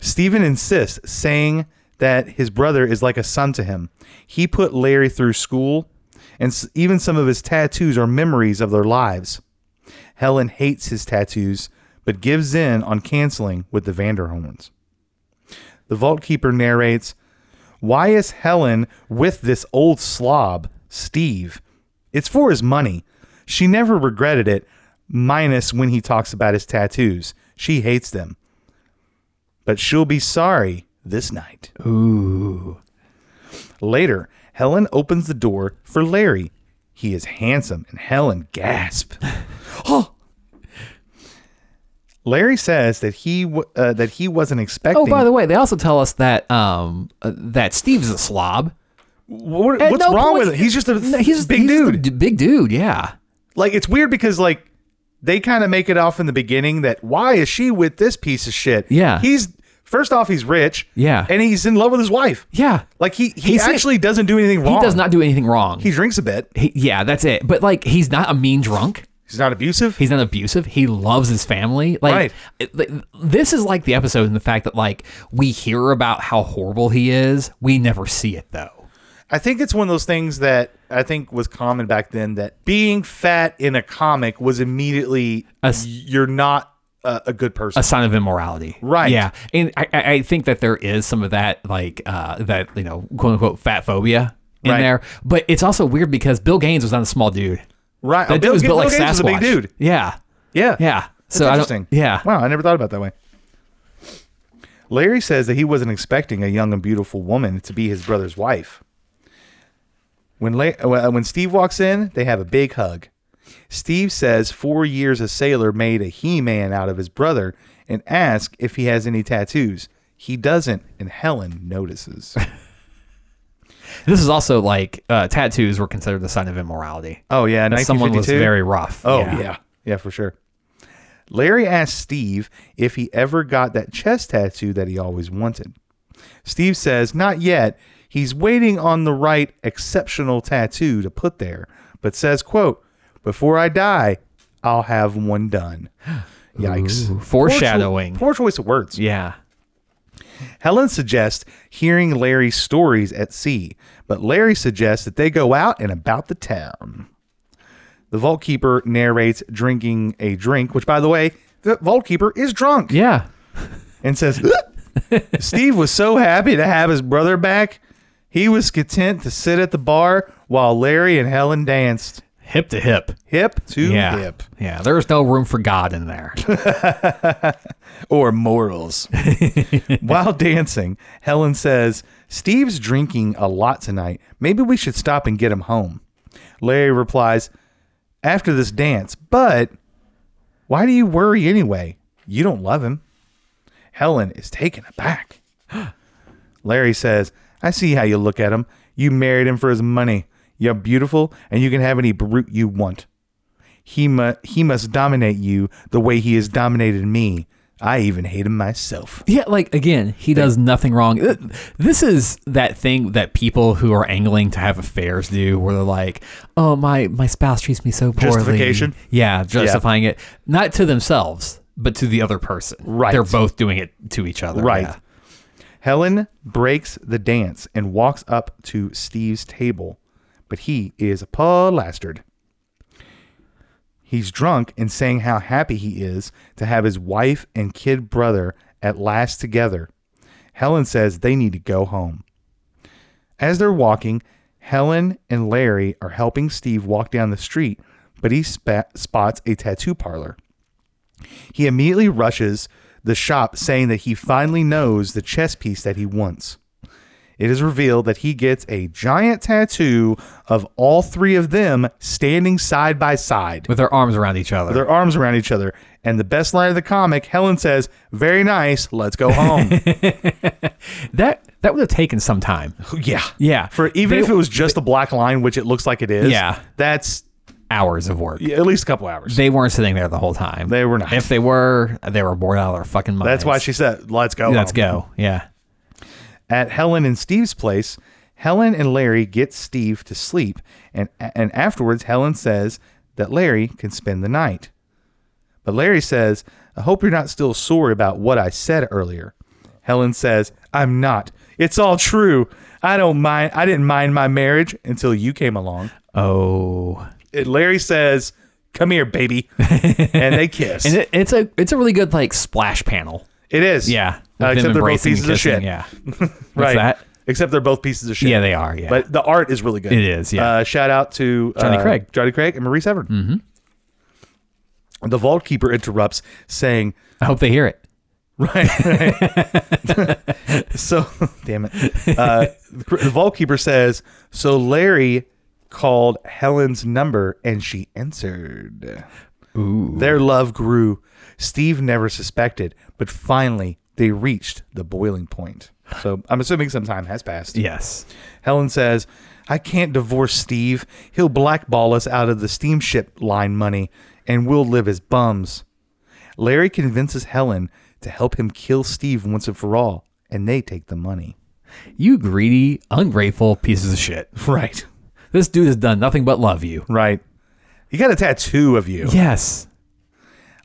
Speaker 2: Stephen insists, saying that his brother is like a son to him. He put Larry through school, and s- even some of his tattoos are memories of their lives. Helen hates his tattoos, but gives in on canceling with the Vanderhorns. The vault keeper narrates, "Why is Helen with this old slob, Steve? It's for his money. She never regretted it, minus when he talks about his tattoos. She hates them." but she'll be sorry this night. Ooh. Later, Helen opens the door for Larry. He is handsome, and Helen
Speaker 3: [LAUGHS]
Speaker 2: gasps. Oh! Larry says that he w- uh, that he wasn't expecting.
Speaker 3: Oh, by the way, they also tell us that um uh, that Steve's a slob.
Speaker 2: What-
Speaker 3: At
Speaker 2: what's
Speaker 3: no
Speaker 2: wrong
Speaker 3: point-
Speaker 2: with him? He's just a
Speaker 3: No, he's
Speaker 2: big
Speaker 3: he's
Speaker 2: dude.
Speaker 3: the d- big dude, yeah.
Speaker 2: like it's weird because like they kind of make it off in the beginning that why is she with this piece of shit?
Speaker 3: Yeah.
Speaker 2: he's first off he's rich.
Speaker 3: Yeah.
Speaker 2: and he's in love with his wife.
Speaker 3: Yeah.
Speaker 2: Like he he
Speaker 3: He's-
Speaker 2: actually doesn't do anything
Speaker 3: He
Speaker 2: wrong.
Speaker 3: does not do anything wrong.
Speaker 2: He drinks a bit.
Speaker 3: He, yeah, that's it. But like, he's not a mean drunk.
Speaker 2: He's not abusive.
Speaker 3: He's not abusive. He loves his family. Like
Speaker 2: Right.
Speaker 3: it- like, this is like the episode in the fact that like we hear about how horrible he is. We never see it though.
Speaker 2: I think it's one of those things that I think was common back then that being fat in a comic was immediately
Speaker 3: As-
Speaker 2: you're not a, a good person.
Speaker 3: a sign of immorality.
Speaker 2: Right.
Speaker 3: Yeah. And I, I I think that there is some of that, like, uh, that, you know, quote unquote, fat phobia in
Speaker 2: Right.
Speaker 3: there. But it's also weird because Bill Gaines was not a small dude.
Speaker 2: right.
Speaker 3: That
Speaker 2: Oh,
Speaker 3: dude was built like
Speaker 2: Gates
Speaker 3: Sasquatch.
Speaker 2: was a big dude.
Speaker 3: Yeah.
Speaker 2: Yeah.
Speaker 3: Yeah.
Speaker 2: That's
Speaker 3: so I
Speaker 2: interesting.
Speaker 3: don't, yeah.
Speaker 2: Wow, I never thought about it that way. Larry says that he wasn't expecting a young and beautiful woman to be his brother's wife. When La- uh, when Steve walks in, they have a big hug. Steve says four years a sailor made a he-man out of his brother and asks if he has any tattoos. He doesn't, and Helen
Speaker 3: [LAUGHS]
Speaker 2: notices.
Speaker 3: This is also like uh, tattoos were considered a sign of immorality.
Speaker 2: Oh yeah,
Speaker 3: That someone was
Speaker 2: 1952?
Speaker 3: very rough.
Speaker 2: Oh yeah. yeah, for sure. Larry asked Steve if he ever got that chest tattoo that he always wanted. Steve says, "Not yet. He's waiting on the right exceptional tattoo to put there, but says, "quote Before I die, I'll have one
Speaker 3: [GASPS]
Speaker 2: done." Yikes!
Speaker 3: Ooh, foreshadowing.
Speaker 2: Poor, cho- poor choice of words.
Speaker 3: Yeah.
Speaker 2: Helen suggests hearing Larry's stories at sea, but Larry suggests that they go out and about the town. The vault keeper narrates drinking a drink, which, by the way, the vault keeper is drunk
Speaker 3: Yeah.
Speaker 2: and says, "Ugh." [LAUGHS] Steve was so happy to have his brother back. He was content to sit at the bar while Larry and Helen danced.
Speaker 3: Hip to hip.
Speaker 2: Hip to
Speaker 3: Yeah.
Speaker 2: hip.
Speaker 3: Yeah. There's no room for God in
Speaker 2: [LAUGHS]
Speaker 3: there.
Speaker 2: or morals. While dancing, Helen says, Steve's drinking a lot tonight. Maybe we should stop and get him home. Larry replies, After this dance, but why do you worry anyway? You don't love him. Helen is taken aback. Larry says, I see how you look at him. You married him for his money. You're beautiful, and you can have any brute you want he mu- he must dominate you the way he has dominated me. I even hate him myself.
Speaker 3: Yeah, like again, he does nothing wrong. Th- This is that thing that people who are angling to have affairs do, where they're like, "Oh, my my spouse treats me so poorly."
Speaker 2: Justification.
Speaker 3: Yeah, justifying it not to themselves, but to the other person.
Speaker 2: Right.
Speaker 3: They're both doing it to each other.
Speaker 2: Right.
Speaker 3: yeah.
Speaker 2: Helen breaks the dance and walks up to Steve's table, but he is plastered. He's drunk and saying how happy he is to have his wife and kid brother at last together. Helen says they need to go home. As they're walking, Helen and Larry are helping Steve walk down the street, but he spa spots a tattoo parlor. He immediately rushes the shop, saying that he finally knows the chess piece that he wants. It is revealed that he gets a giant tattoo of all three of them standing side by side,
Speaker 3: With their arms around each other.
Speaker 2: their arms around each other. And the best line of the comic, Helen says, Very nice, let's go home.
Speaker 3: that that would have taken some time.
Speaker 2: yeah.
Speaker 3: Yeah.
Speaker 2: For even
Speaker 3: They-
Speaker 2: if it was just the black line, which it looks like it is,
Speaker 3: Yeah.
Speaker 2: that's
Speaker 3: hours of work.
Speaker 2: at least a couple hours.
Speaker 3: They weren't sitting there the whole time.
Speaker 2: They were not.
Speaker 3: If they were, they were bored out of their fucking minds.
Speaker 2: that's why she said, Let's go
Speaker 3: Let's
Speaker 2: home."
Speaker 3: go. Yeah.
Speaker 2: At Helen and Steve's place, Helen and Larry get Steve to sleep, and and afterwards Helen says that Larry can spend the night. But Larry says, I hope you're not still sore about what I said earlier. Helen says, I'm not. It's all true. I don't mind. I didn't mind my marriage until you came along.
Speaker 3: Oh,
Speaker 2: And Larry says, Come here, baby. and
Speaker 3: [LAUGHS]
Speaker 2: they kiss.
Speaker 3: and it, it's a it's a really good like splash panel.
Speaker 2: it is.
Speaker 3: Yeah,
Speaker 2: Uh,
Speaker 3: with them
Speaker 2: except they're both
Speaker 3: embracing and
Speaker 2: pieces of
Speaker 3: kissing,
Speaker 2: shit. [LAUGHS]
Speaker 3: Yeah,
Speaker 2: Right.
Speaker 3: that?
Speaker 2: Except they're both pieces of shit.
Speaker 3: Yeah, they are, yeah.
Speaker 2: But the art is really good.
Speaker 3: It is, yeah.
Speaker 2: Uh, shout out to uh,
Speaker 3: Johnny Craig.
Speaker 2: Johnny Craig and Maurice Evern. Mm-hmm.
Speaker 3: Mm-hmm.
Speaker 2: The vault keeper interrupts, saying,
Speaker 3: I hope they hear it. [LAUGHS]
Speaker 2: Right. right. so, [LAUGHS] damn it. Uh, the vault keeper says, So Larry called Helen's number and she answered. Their love grew. Steve never suspected, but finally they reached the boiling point. So I'm assuming some time has passed.
Speaker 3: Yes.
Speaker 2: Helen says, I can't divorce Steve. He'll blackball us out of the steamship line money, and we'll live as bums. Larry convinces Helen to help him kill Steve once and for all, and they take the money.
Speaker 3: You greedy, ungrateful pieces of shit.
Speaker 2: Right.
Speaker 3: This dude has done nothing but love you.
Speaker 2: Right. He got a tattoo of you.
Speaker 3: Yes.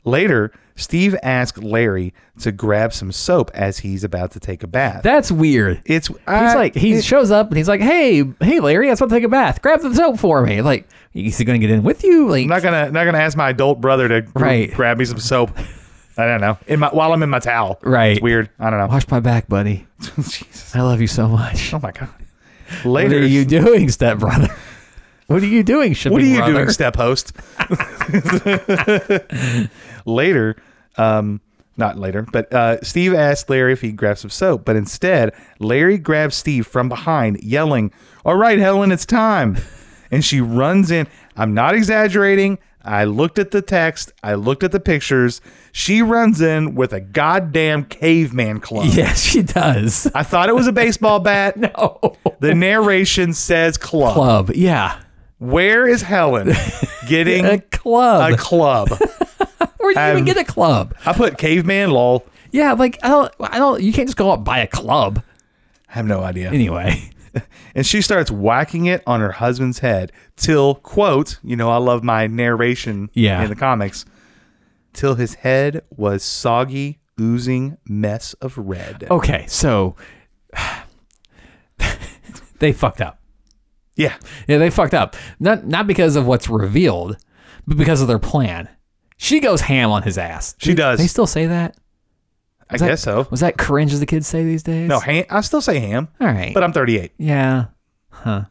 Speaker 2: Later, Steve asks Larry to grab some soap as he's about to take a bath.
Speaker 3: That's weird.
Speaker 2: it's
Speaker 3: he's
Speaker 2: I-
Speaker 3: like he
Speaker 2: it-
Speaker 3: shows up and he's like, "Hey, hey, Larry, I was about to take a bath. Grab the soap for me." Like, is he going to get in with you? Like,
Speaker 2: I'm not gonna not gonna ask my adult brother to gr-
Speaker 3: Right.
Speaker 2: grab me some soap.
Speaker 3: [LAUGHS]
Speaker 2: I don't know. In my while I'm in my towel.
Speaker 3: Right.
Speaker 2: It's weird. I don't know.
Speaker 3: wash my back, buddy.
Speaker 2: [LAUGHS] Jesus.
Speaker 3: I love you so much.
Speaker 2: Oh my god.
Speaker 3: What
Speaker 2: Later,
Speaker 3: are you doing, stepbrother? [LAUGHS] What are you doing, shipping
Speaker 2: what are you
Speaker 3: brother?
Speaker 2: doing, step host? [LAUGHS] later, um, not later, but uh, Steve asks Larry if he grabs some soap, but instead, Larry grabs Steve from behind, yelling, "All right, Helen, it's time!" And she runs in. I'm not exaggerating. I looked at the text. I looked at the pictures. She runs in with a goddamn caveman
Speaker 3: [LAUGHS]
Speaker 2: club.
Speaker 3: Yes,
Speaker 2: [LAUGHS]
Speaker 3: she does.
Speaker 2: I thought it was a baseball [LAUGHS] bat.
Speaker 3: Oh,
Speaker 2: The narration says club.
Speaker 3: club. Yeah,
Speaker 2: Where is Helen [LAUGHS] getting
Speaker 3: a
Speaker 2: a,
Speaker 3: club.
Speaker 2: club?
Speaker 3: Where do you even
Speaker 2: Um,
Speaker 3: get a club?
Speaker 2: [LAUGHS] I put caveman lol.
Speaker 3: Yeah, like I don't, I don't. You can't just go out and buy a club
Speaker 2: I have no idea.
Speaker 3: anyway.
Speaker 2: And she starts whacking it on her husband's head till, quote, you know, I love my narration
Speaker 3: Yeah.
Speaker 2: in the comics, till his head was soggy, oozing mess of red.
Speaker 3: Okay, so [SIGHS] they fucked up.
Speaker 2: Yeah.
Speaker 3: Yeah, they fucked up. Not not because of what's revealed, but because of their plan. She goes ham on his ass.
Speaker 2: She does.
Speaker 3: They still say that.
Speaker 2: I guess so.
Speaker 3: Was that cringe, as the kids say these days?
Speaker 2: No, ham. I still say ham,
Speaker 3: All right.
Speaker 2: but I'm 38.
Speaker 3: yeah. Huh.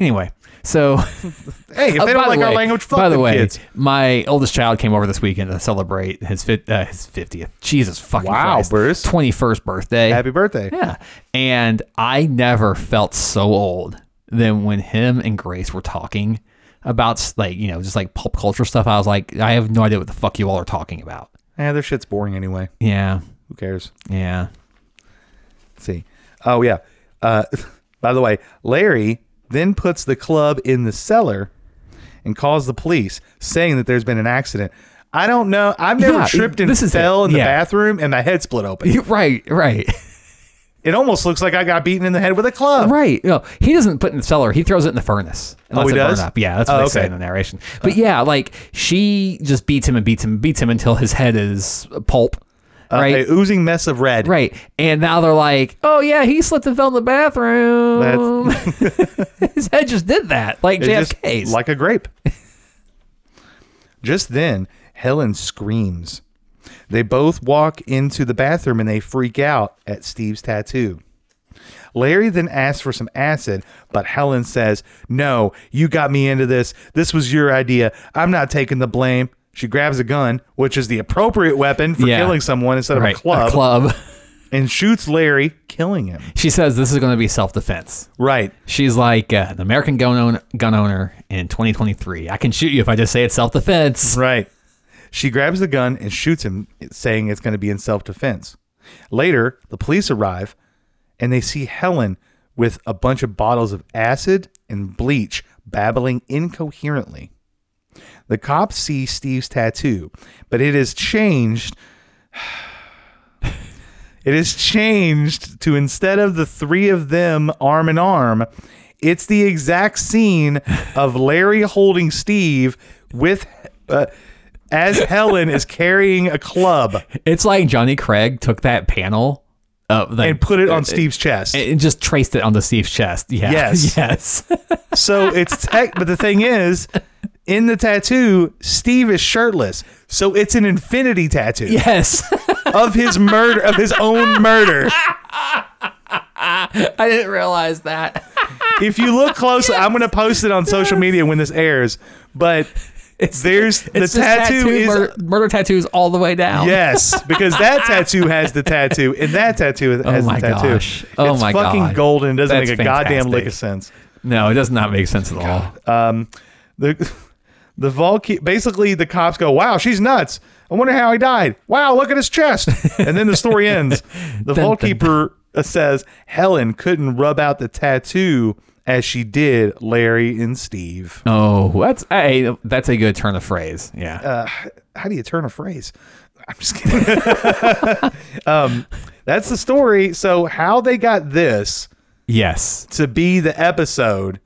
Speaker 3: Anyway, so [LAUGHS]
Speaker 2: Hey, if
Speaker 3: Uh,
Speaker 2: they
Speaker 3: by
Speaker 2: don't
Speaker 3: the
Speaker 2: like our
Speaker 3: way-
Speaker 2: language, fuck
Speaker 3: by the
Speaker 2: them
Speaker 3: way,
Speaker 2: kids.
Speaker 3: my oldest child came over this weekend to celebrate his fit, uh, his fiftieth. Jesus fucking
Speaker 2: Wow, Bruce.
Speaker 3: twenty first birthday.
Speaker 2: Happy birthday.
Speaker 3: yeah, and I never felt so old than when him and Grace were talking about like you know just like pop culture stuff. I was like, I have no idea what the fuck you all are talking about.
Speaker 2: Yeah, Eh, their shit's boring anyway.
Speaker 3: Yeah,
Speaker 2: Who cares? [LAUGHS]
Speaker 3: yeah.
Speaker 2: see. Oh yeah. Uh, [LAUGHS] by the way, Larry then puts the club in the cellar and calls the police, saying that there's been an accident. I don't know. I've never
Speaker 3: Yeah,
Speaker 2: tripped and
Speaker 3: this is
Speaker 2: fell
Speaker 3: it.
Speaker 2: in the
Speaker 3: Yeah.
Speaker 2: bathroom and my head split open.
Speaker 3: right, right,
Speaker 2: It almost looks like I got beaten in the head with a club.
Speaker 3: right. No, he doesn't put it in the cellar. He throws it in the furnace. and
Speaker 2: Oh,
Speaker 3: lets
Speaker 2: he
Speaker 3: it burn
Speaker 2: does?
Speaker 3: Up. Yeah, that's what
Speaker 2: Oh,
Speaker 3: they say
Speaker 2: okay.
Speaker 3: in the narration. But yeah, like she just beats him and beats him and beats him until his head is pulp. Right.
Speaker 2: A oozing mess of red.
Speaker 3: Right. And now they're like, oh, yeah, he slipped and fell in
Speaker 2: [LAUGHS]
Speaker 3: the bathroom. [LAUGHS] His head just did that. Like
Speaker 2: It just-
Speaker 3: JFK's.
Speaker 2: like a grape. just then, Helen screams. They both walk into the bathroom and they freak out at Steve's tattoo. Larry then asks for some acid, but Helen says, No, you got me into this. This was your idea. I'm not taking the blame. She grabs a gun, which is the appropriate weapon for
Speaker 3: Yeah.
Speaker 2: killing someone instead
Speaker 3: right.
Speaker 2: of a club,
Speaker 3: A club. [LAUGHS]
Speaker 2: and shoots Larry, killing him.
Speaker 3: She says this is going to be self defense.
Speaker 2: Right.
Speaker 3: She's like, uh, an American gun owner, gun owner in 2023. I can shoot you if I just say it's self defense.
Speaker 2: Right. She grabs the gun and shoots him, saying it's going to be in self defense. Later, the police arrive and they see Helen with a bunch of bottles of acid and bleach babbling incoherently. The cops see Steve's tattoo, but it is changed. It is changed to instead of the three of them arm in arm, it's the exact scene of Larry holding Steve with uh, as Helen is carrying a club
Speaker 3: It's like Johnny Craig took that panel uh, like,
Speaker 2: and put it on Steve's chest.
Speaker 3: and just traced it onto Steve's chest. Yeah.
Speaker 2: Yes.
Speaker 3: [LAUGHS] yes.
Speaker 2: So it's tech, but the thing is, in the tattoo, Steve is shirtless, so it's an infinity tattoo
Speaker 3: yes. [LAUGHS]
Speaker 2: of his murder, of his own murder.
Speaker 3: I didn't realize that.
Speaker 2: If you look close, I'm gonna post it on social media when this airs. But there's
Speaker 3: It's
Speaker 2: the
Speaker 3: just
Speaker 2: tattoo, is
Speaker 3: murder, murder tattoos all the way down.
Speaker 2: yes because
Speaker 3: [LAUGHS]
Speaker 2: that tattoo has the tattoo and that tattoo has
Speaker 3: Oh my
Speaker 2: the tattoo.
Speaker 3: gosh. Oh
Speaker 2: it's
Speaker 3: my
Speaker 2: fucking
Speaker 3: God.
Speaker 2: golden. Doesn't
Speaker 3: That's
Speaker 2: make a goddamn lick of sense.
Speaker 3: fantastic. No, it does not make sense at all.
Speaker 2: the [LAUGHS] the Volke basically the cops go, "Wow, she's nuts. I wonder how he died. Wow, look at his chest." And then the
Speaker 3: [LAUGHS]
Speaker 2: story ends. The
Speaker 3: dun.
Speaker 2: Volkeeper says Helen couldn't rub out the tattoo as she did Larry and Steve.
Speaker 3: Oh, that's a that's a good turn of phrase. Yeah.
Speaker 2: Uh, How do you turn a phrase? [LAUGHS] I'm just kidding. [LAUGHS] um, that's the story. So how they got this
Speaker 3: yes.
Speaker 2: to be the episode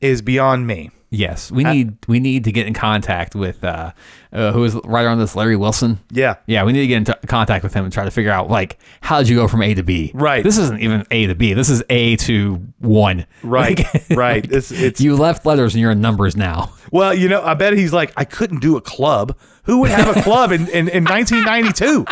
Speaker 2: is beyond me.
Speaker 3: Yes. We need we need to get in contact with uh, uh who is right on this Larry Wilson.
Speaker 2: Yeah.
Speaker 3: Yeah, we need to get in t- contact with him and try to figure out like how did you go from A to B?
Speaker 2: Right.
Speaker 3: This isn't even A to B. This is A to one.
Speaker 2: Right.
Speaker 3: [LAUGHS] Like-
Speaker 2: right. it's, [LAUGHS] it's
Speaker 3: You left letters and you're in numbers now.
Speaker 2: Well, you know, I bet he's like, I couldn't do a club. Who would have a club in, in, in 1992?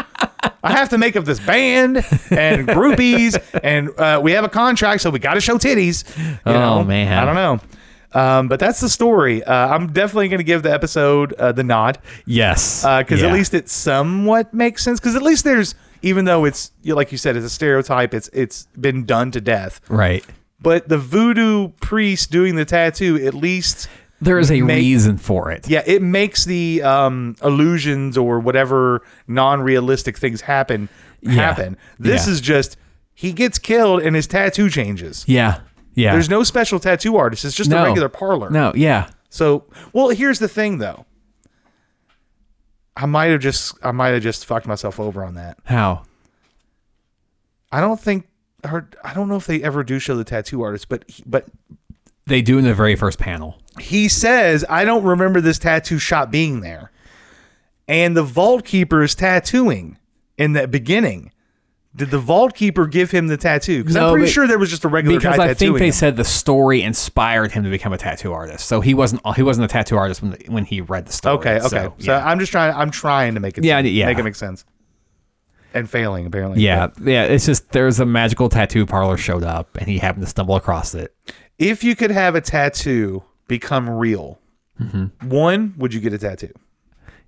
Speaker 2: I have to make up this band and groupies, and uh, we have a contract, so we got to show titties. you
Speaker 3: Oh,
Speaker 2: know?
Speaker 3: man.
Speaker 2: I don't know. Um, but that's the story. Uh, I'm definitely going to give the episode uh, the nod
Speaker 3: [LAUGHS] Yes.
Speaker 2: because
Speaker 3: Yeah.
Speaker 2: Uh, at least it somewhat makes sense. Because at least there's, even though it's you know, like you said, it's a stereotype. It's it's been done to death.
Speaker 3: right.
Speaker 2: But the voodoo priest doing the tattoo, at least
Speaker 3: There is a
Speaker 2: Make-
Speaker 3: reason for it.
Speaker 2: yeah, it makes the um, illusions or whatever non-realistic things happen happen. This
Speaker 3: Yeah.
Speaker 2: is just he gets killed and his tattoo changes.
Speaker 3: Yeah. Yeah.
Speaker 2: There's no special tattoo artist. It's just a regular parlor.
Speaker 3: No. Yeah.
Speaker 2: So, well, here's the thing though. I might have just I might have just fucked myself over on that.
Speaker 3: How?
Speaker 2: I don't think her, I don't know if they ever do show the tattoo artist, but he, but
Speaker 3: They do in the very first panel.
Speaker 2: he says, I don't remember this tattoo shop being there. And the vault keeper is tattooing in that beginning. Did the vault keeper give him the tattoo? Because
Speaker 3: No,
Speaker 2: I'm pretty
Speaker 3: but-
Speaker 2: sure there was just a regular
Speaker 3: Because
Speaker 2: guy
Speaker 3: I think
Speaker 2: tattooing.
Speaker 3: they
Speaker 2: him.
Speaker 3: said the story inspired him to become a tattoo artist. So he wasn't he wasn't a tattoo artist when when he read the story.
Speaker 2: okay, okay.
Speaker 3: So,
Speaker 2: So,
Speaker 3: yeah.
Speaker 2: I'm just trying. I'm trying to make it.
Speaker 3: Yeah,
Speaker 2: sense,
Speaker 3: yeah.
Speaker 2: Make it make sense. And failing apparently.
Speaker 3: Yeah, yeah. It's just there's a magical tattoo parlor showed up, and he happened to stumble across it.
Speaker 2: If you could have a tattoo become real,
Speaker 3: Mm-hmm.
Speaker 2: one, would you get a tattoo?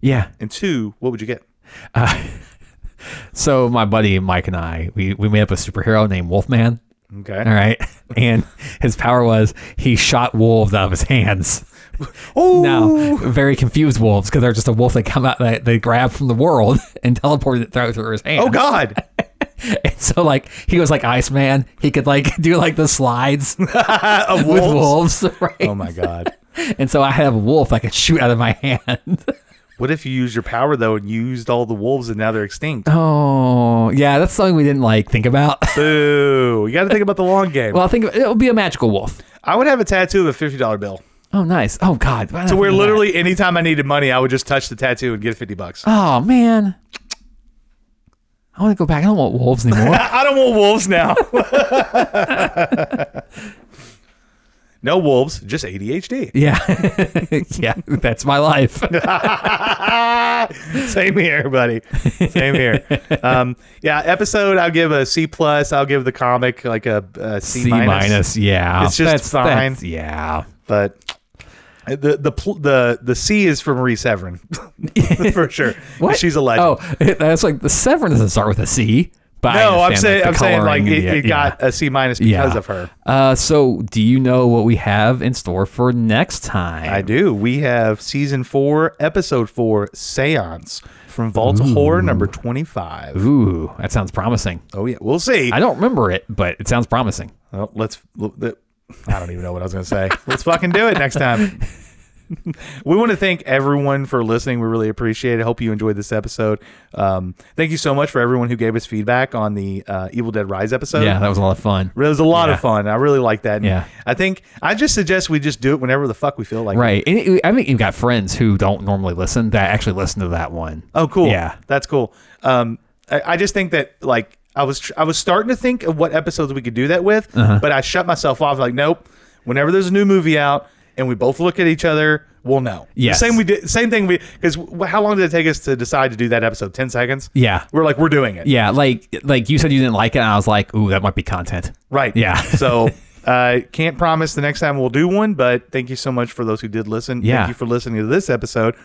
Speaker 3: Yeah.
Speaker 2: And two, what would you get?
Speaker 3: So my buddy Mike and I, we we made up a superhero named Wolfman.
Speaker 2: Okay.
Speaker 3: All [LAUGHS] right, and his power was he shot wolves out of his hands.
Speaker 2: Oh,
Speaker 3: Now, very confused wolves because they're just a wolf that come out that they grab from the world [LAUGHS] and teleported it through, through his hands.
Speaker 2: oh
Speaker 3: [LAUGHS]
Speaker 2: God.
Speaker 3: And so like he was like Iceman. He could like [LAUGHS] do like the slides [LAUGHS] with
Speaker 2: A wolf.
Speaker 3: wolves, [LAUGHS] right?
Speaker 2: Oh my God.
Speaker 3: And so I have a wolf I could shoot out of my [LAUGHS] hand.
Speaker 2: What if you used your power though and used all the wolves and now they're
Speaker 3: [LAUGHS]
Speaker 2: extinct?
Speaker 3: Oh, yeah, that's something we didn't like think about. [LAUGHS]
Speaker 2: Boo! You got to think about the long game.
Speaker 3: well, I think it'll be a magical wolf.
Speaker 2: I would have a tattoo of a fifty dollar bill.
Speaker 3: Oh, nice. Oh God.
Speaker 2: So
Speaker 3: [LAUGHS]
Speaker 2: where literally anytime I needed money, I would just touch the tattoo and get fifty bucks.
Speaker 3: Oh man. I want to go back. I don't want
Speaker 2: [LAUGHS]
Speaker 3: wolves anymore.
Speaker 2: I don't want wolves now. [LAUGHS] no wolves, just ADHD.
Speaker 3: yeah, [LAUGHS] yeah, that's
Speaker 2: [LAUGHS]
Speaker 3: my life.
Speaker 2: Same here, buddy. Same
Speaker 3: [LAUGHS]
Speaker 2: here. Um, yeah, episode. I'll give a C plus. I'll give the comic like a, a C
Speaker 3: C minus. Yeah,
Speaker 2: It's just
Speaker 3: that's,
Speaker 2: fine.
Speaker 3: that's- yeah.
Speaker 2: but the the pl- the the C is from Reese Everin [LAUGHS] for sure.
Speaker 3: What?
Speaker 2: She's a legend.
Speaker 3: Oh, [LAUGHS] it- that's like the Severn doesn't start with a C. But I
Speaker 2: no, I'm
Speaker 3: understand,
Speaker 2: saying
Speaker 3: the
Speaker 2: I'm saying like
Speaker 3: coloring
Speaker 2: it,
Speaker 3: and the-
Speaker 2: it
Speaker 3: yeah.
Speaker 2: got a C minus because of her.
Speaker 3: Uh, so, do you know what we have in store for next time?
Speaker 2: I do. We have season four, episode four, Seance from Vault of Horror number twenty five.
Speaker 3: Ooh, that sounds promising.
Speaker 2: Oh yeah, we'll see.
Speaker 3: I don't remember it, but it sounds promising. [LAUGHS]
Speaker 2: Well, let's. I don't even know what I was gonna say. let's fucking do it next time. we want to thank everyone for listening. We really appreciate it. Hope you enjoyed this episode. Um, thank you so much for everyone who gave us feedback on the uh, Evil Dead Rise episode.
Speaker 3: Yeah, that was a lot of fun.
Speaker 2: It was a lot of fun. I really like that. And
Speaker 3: Yeah.
Speaker 2: I think I just suggest we just do it whenever the fuck we feel like. it.
Speaker 3: Right. And it- I think you've got friends who don't normally listen that actually listen to that one.
Speaker 2: Oh, cool.
Speaker 3: Yeah.
Speaker 2: that's cool. Um, I, I just think that like I was tr- I was starting to think of what episodes we could do that with,
Speaker 3: Uh-huh.
Speaker 2: but I shut myself off. Like, nope. Whenever there's a new movie out, and we both look at each other, we'll know. Yeah.
Speaker 3: Yes.
Speaker 2: Same we did. Same thing we because how long did it take us to decide to do that episode? Ten seconds.
Speaker 3: Yeah.
Speaker 2: We're like we're doing it.
Speaker 3: Yeah, like like you said you didn't like it, and I was like, ooh, that might be content.
Speaker 2: Right.
Speaker 3: Yeah. [LAUGHS]
Speaker 2: so uh, can't promise the next time we'll do one, but thank you so much for those who did listen.
Speaker 3: Yeah.
Speaker 2: Thank you for listening to this episode.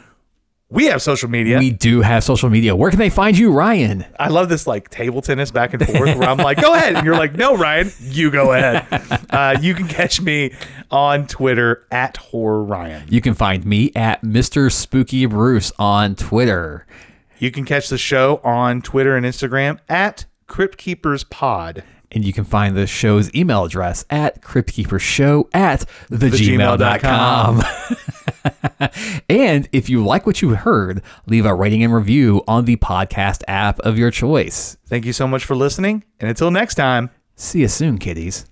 Speaker 2: We have social media.
Speaker 3: We do have social media. Where can they find you, Ryan?
Speaker 2: I love this like table tennis back and forth where I'm like, go ahead. And you're like, no, Ryan, you go ahead. Uh, you can catch me on Twitter at Horror Ryan.
Speaker 3: You can find me at Mr. Spooky Bruce on Twitter.
Speaker 2: You can catch the show on Twitter and Instagram at Crypt Keepers Pod.
Speaker 3: And you can find the show's email address at cryptkeepershow at thegmail.com. [LAUGHS] and if you like what you heard, leave a rating and review on the podcast app of your choice.
Speaker 2: Thank you so much for listening. And until next time.
Speaker 3: See you soon, kiddies.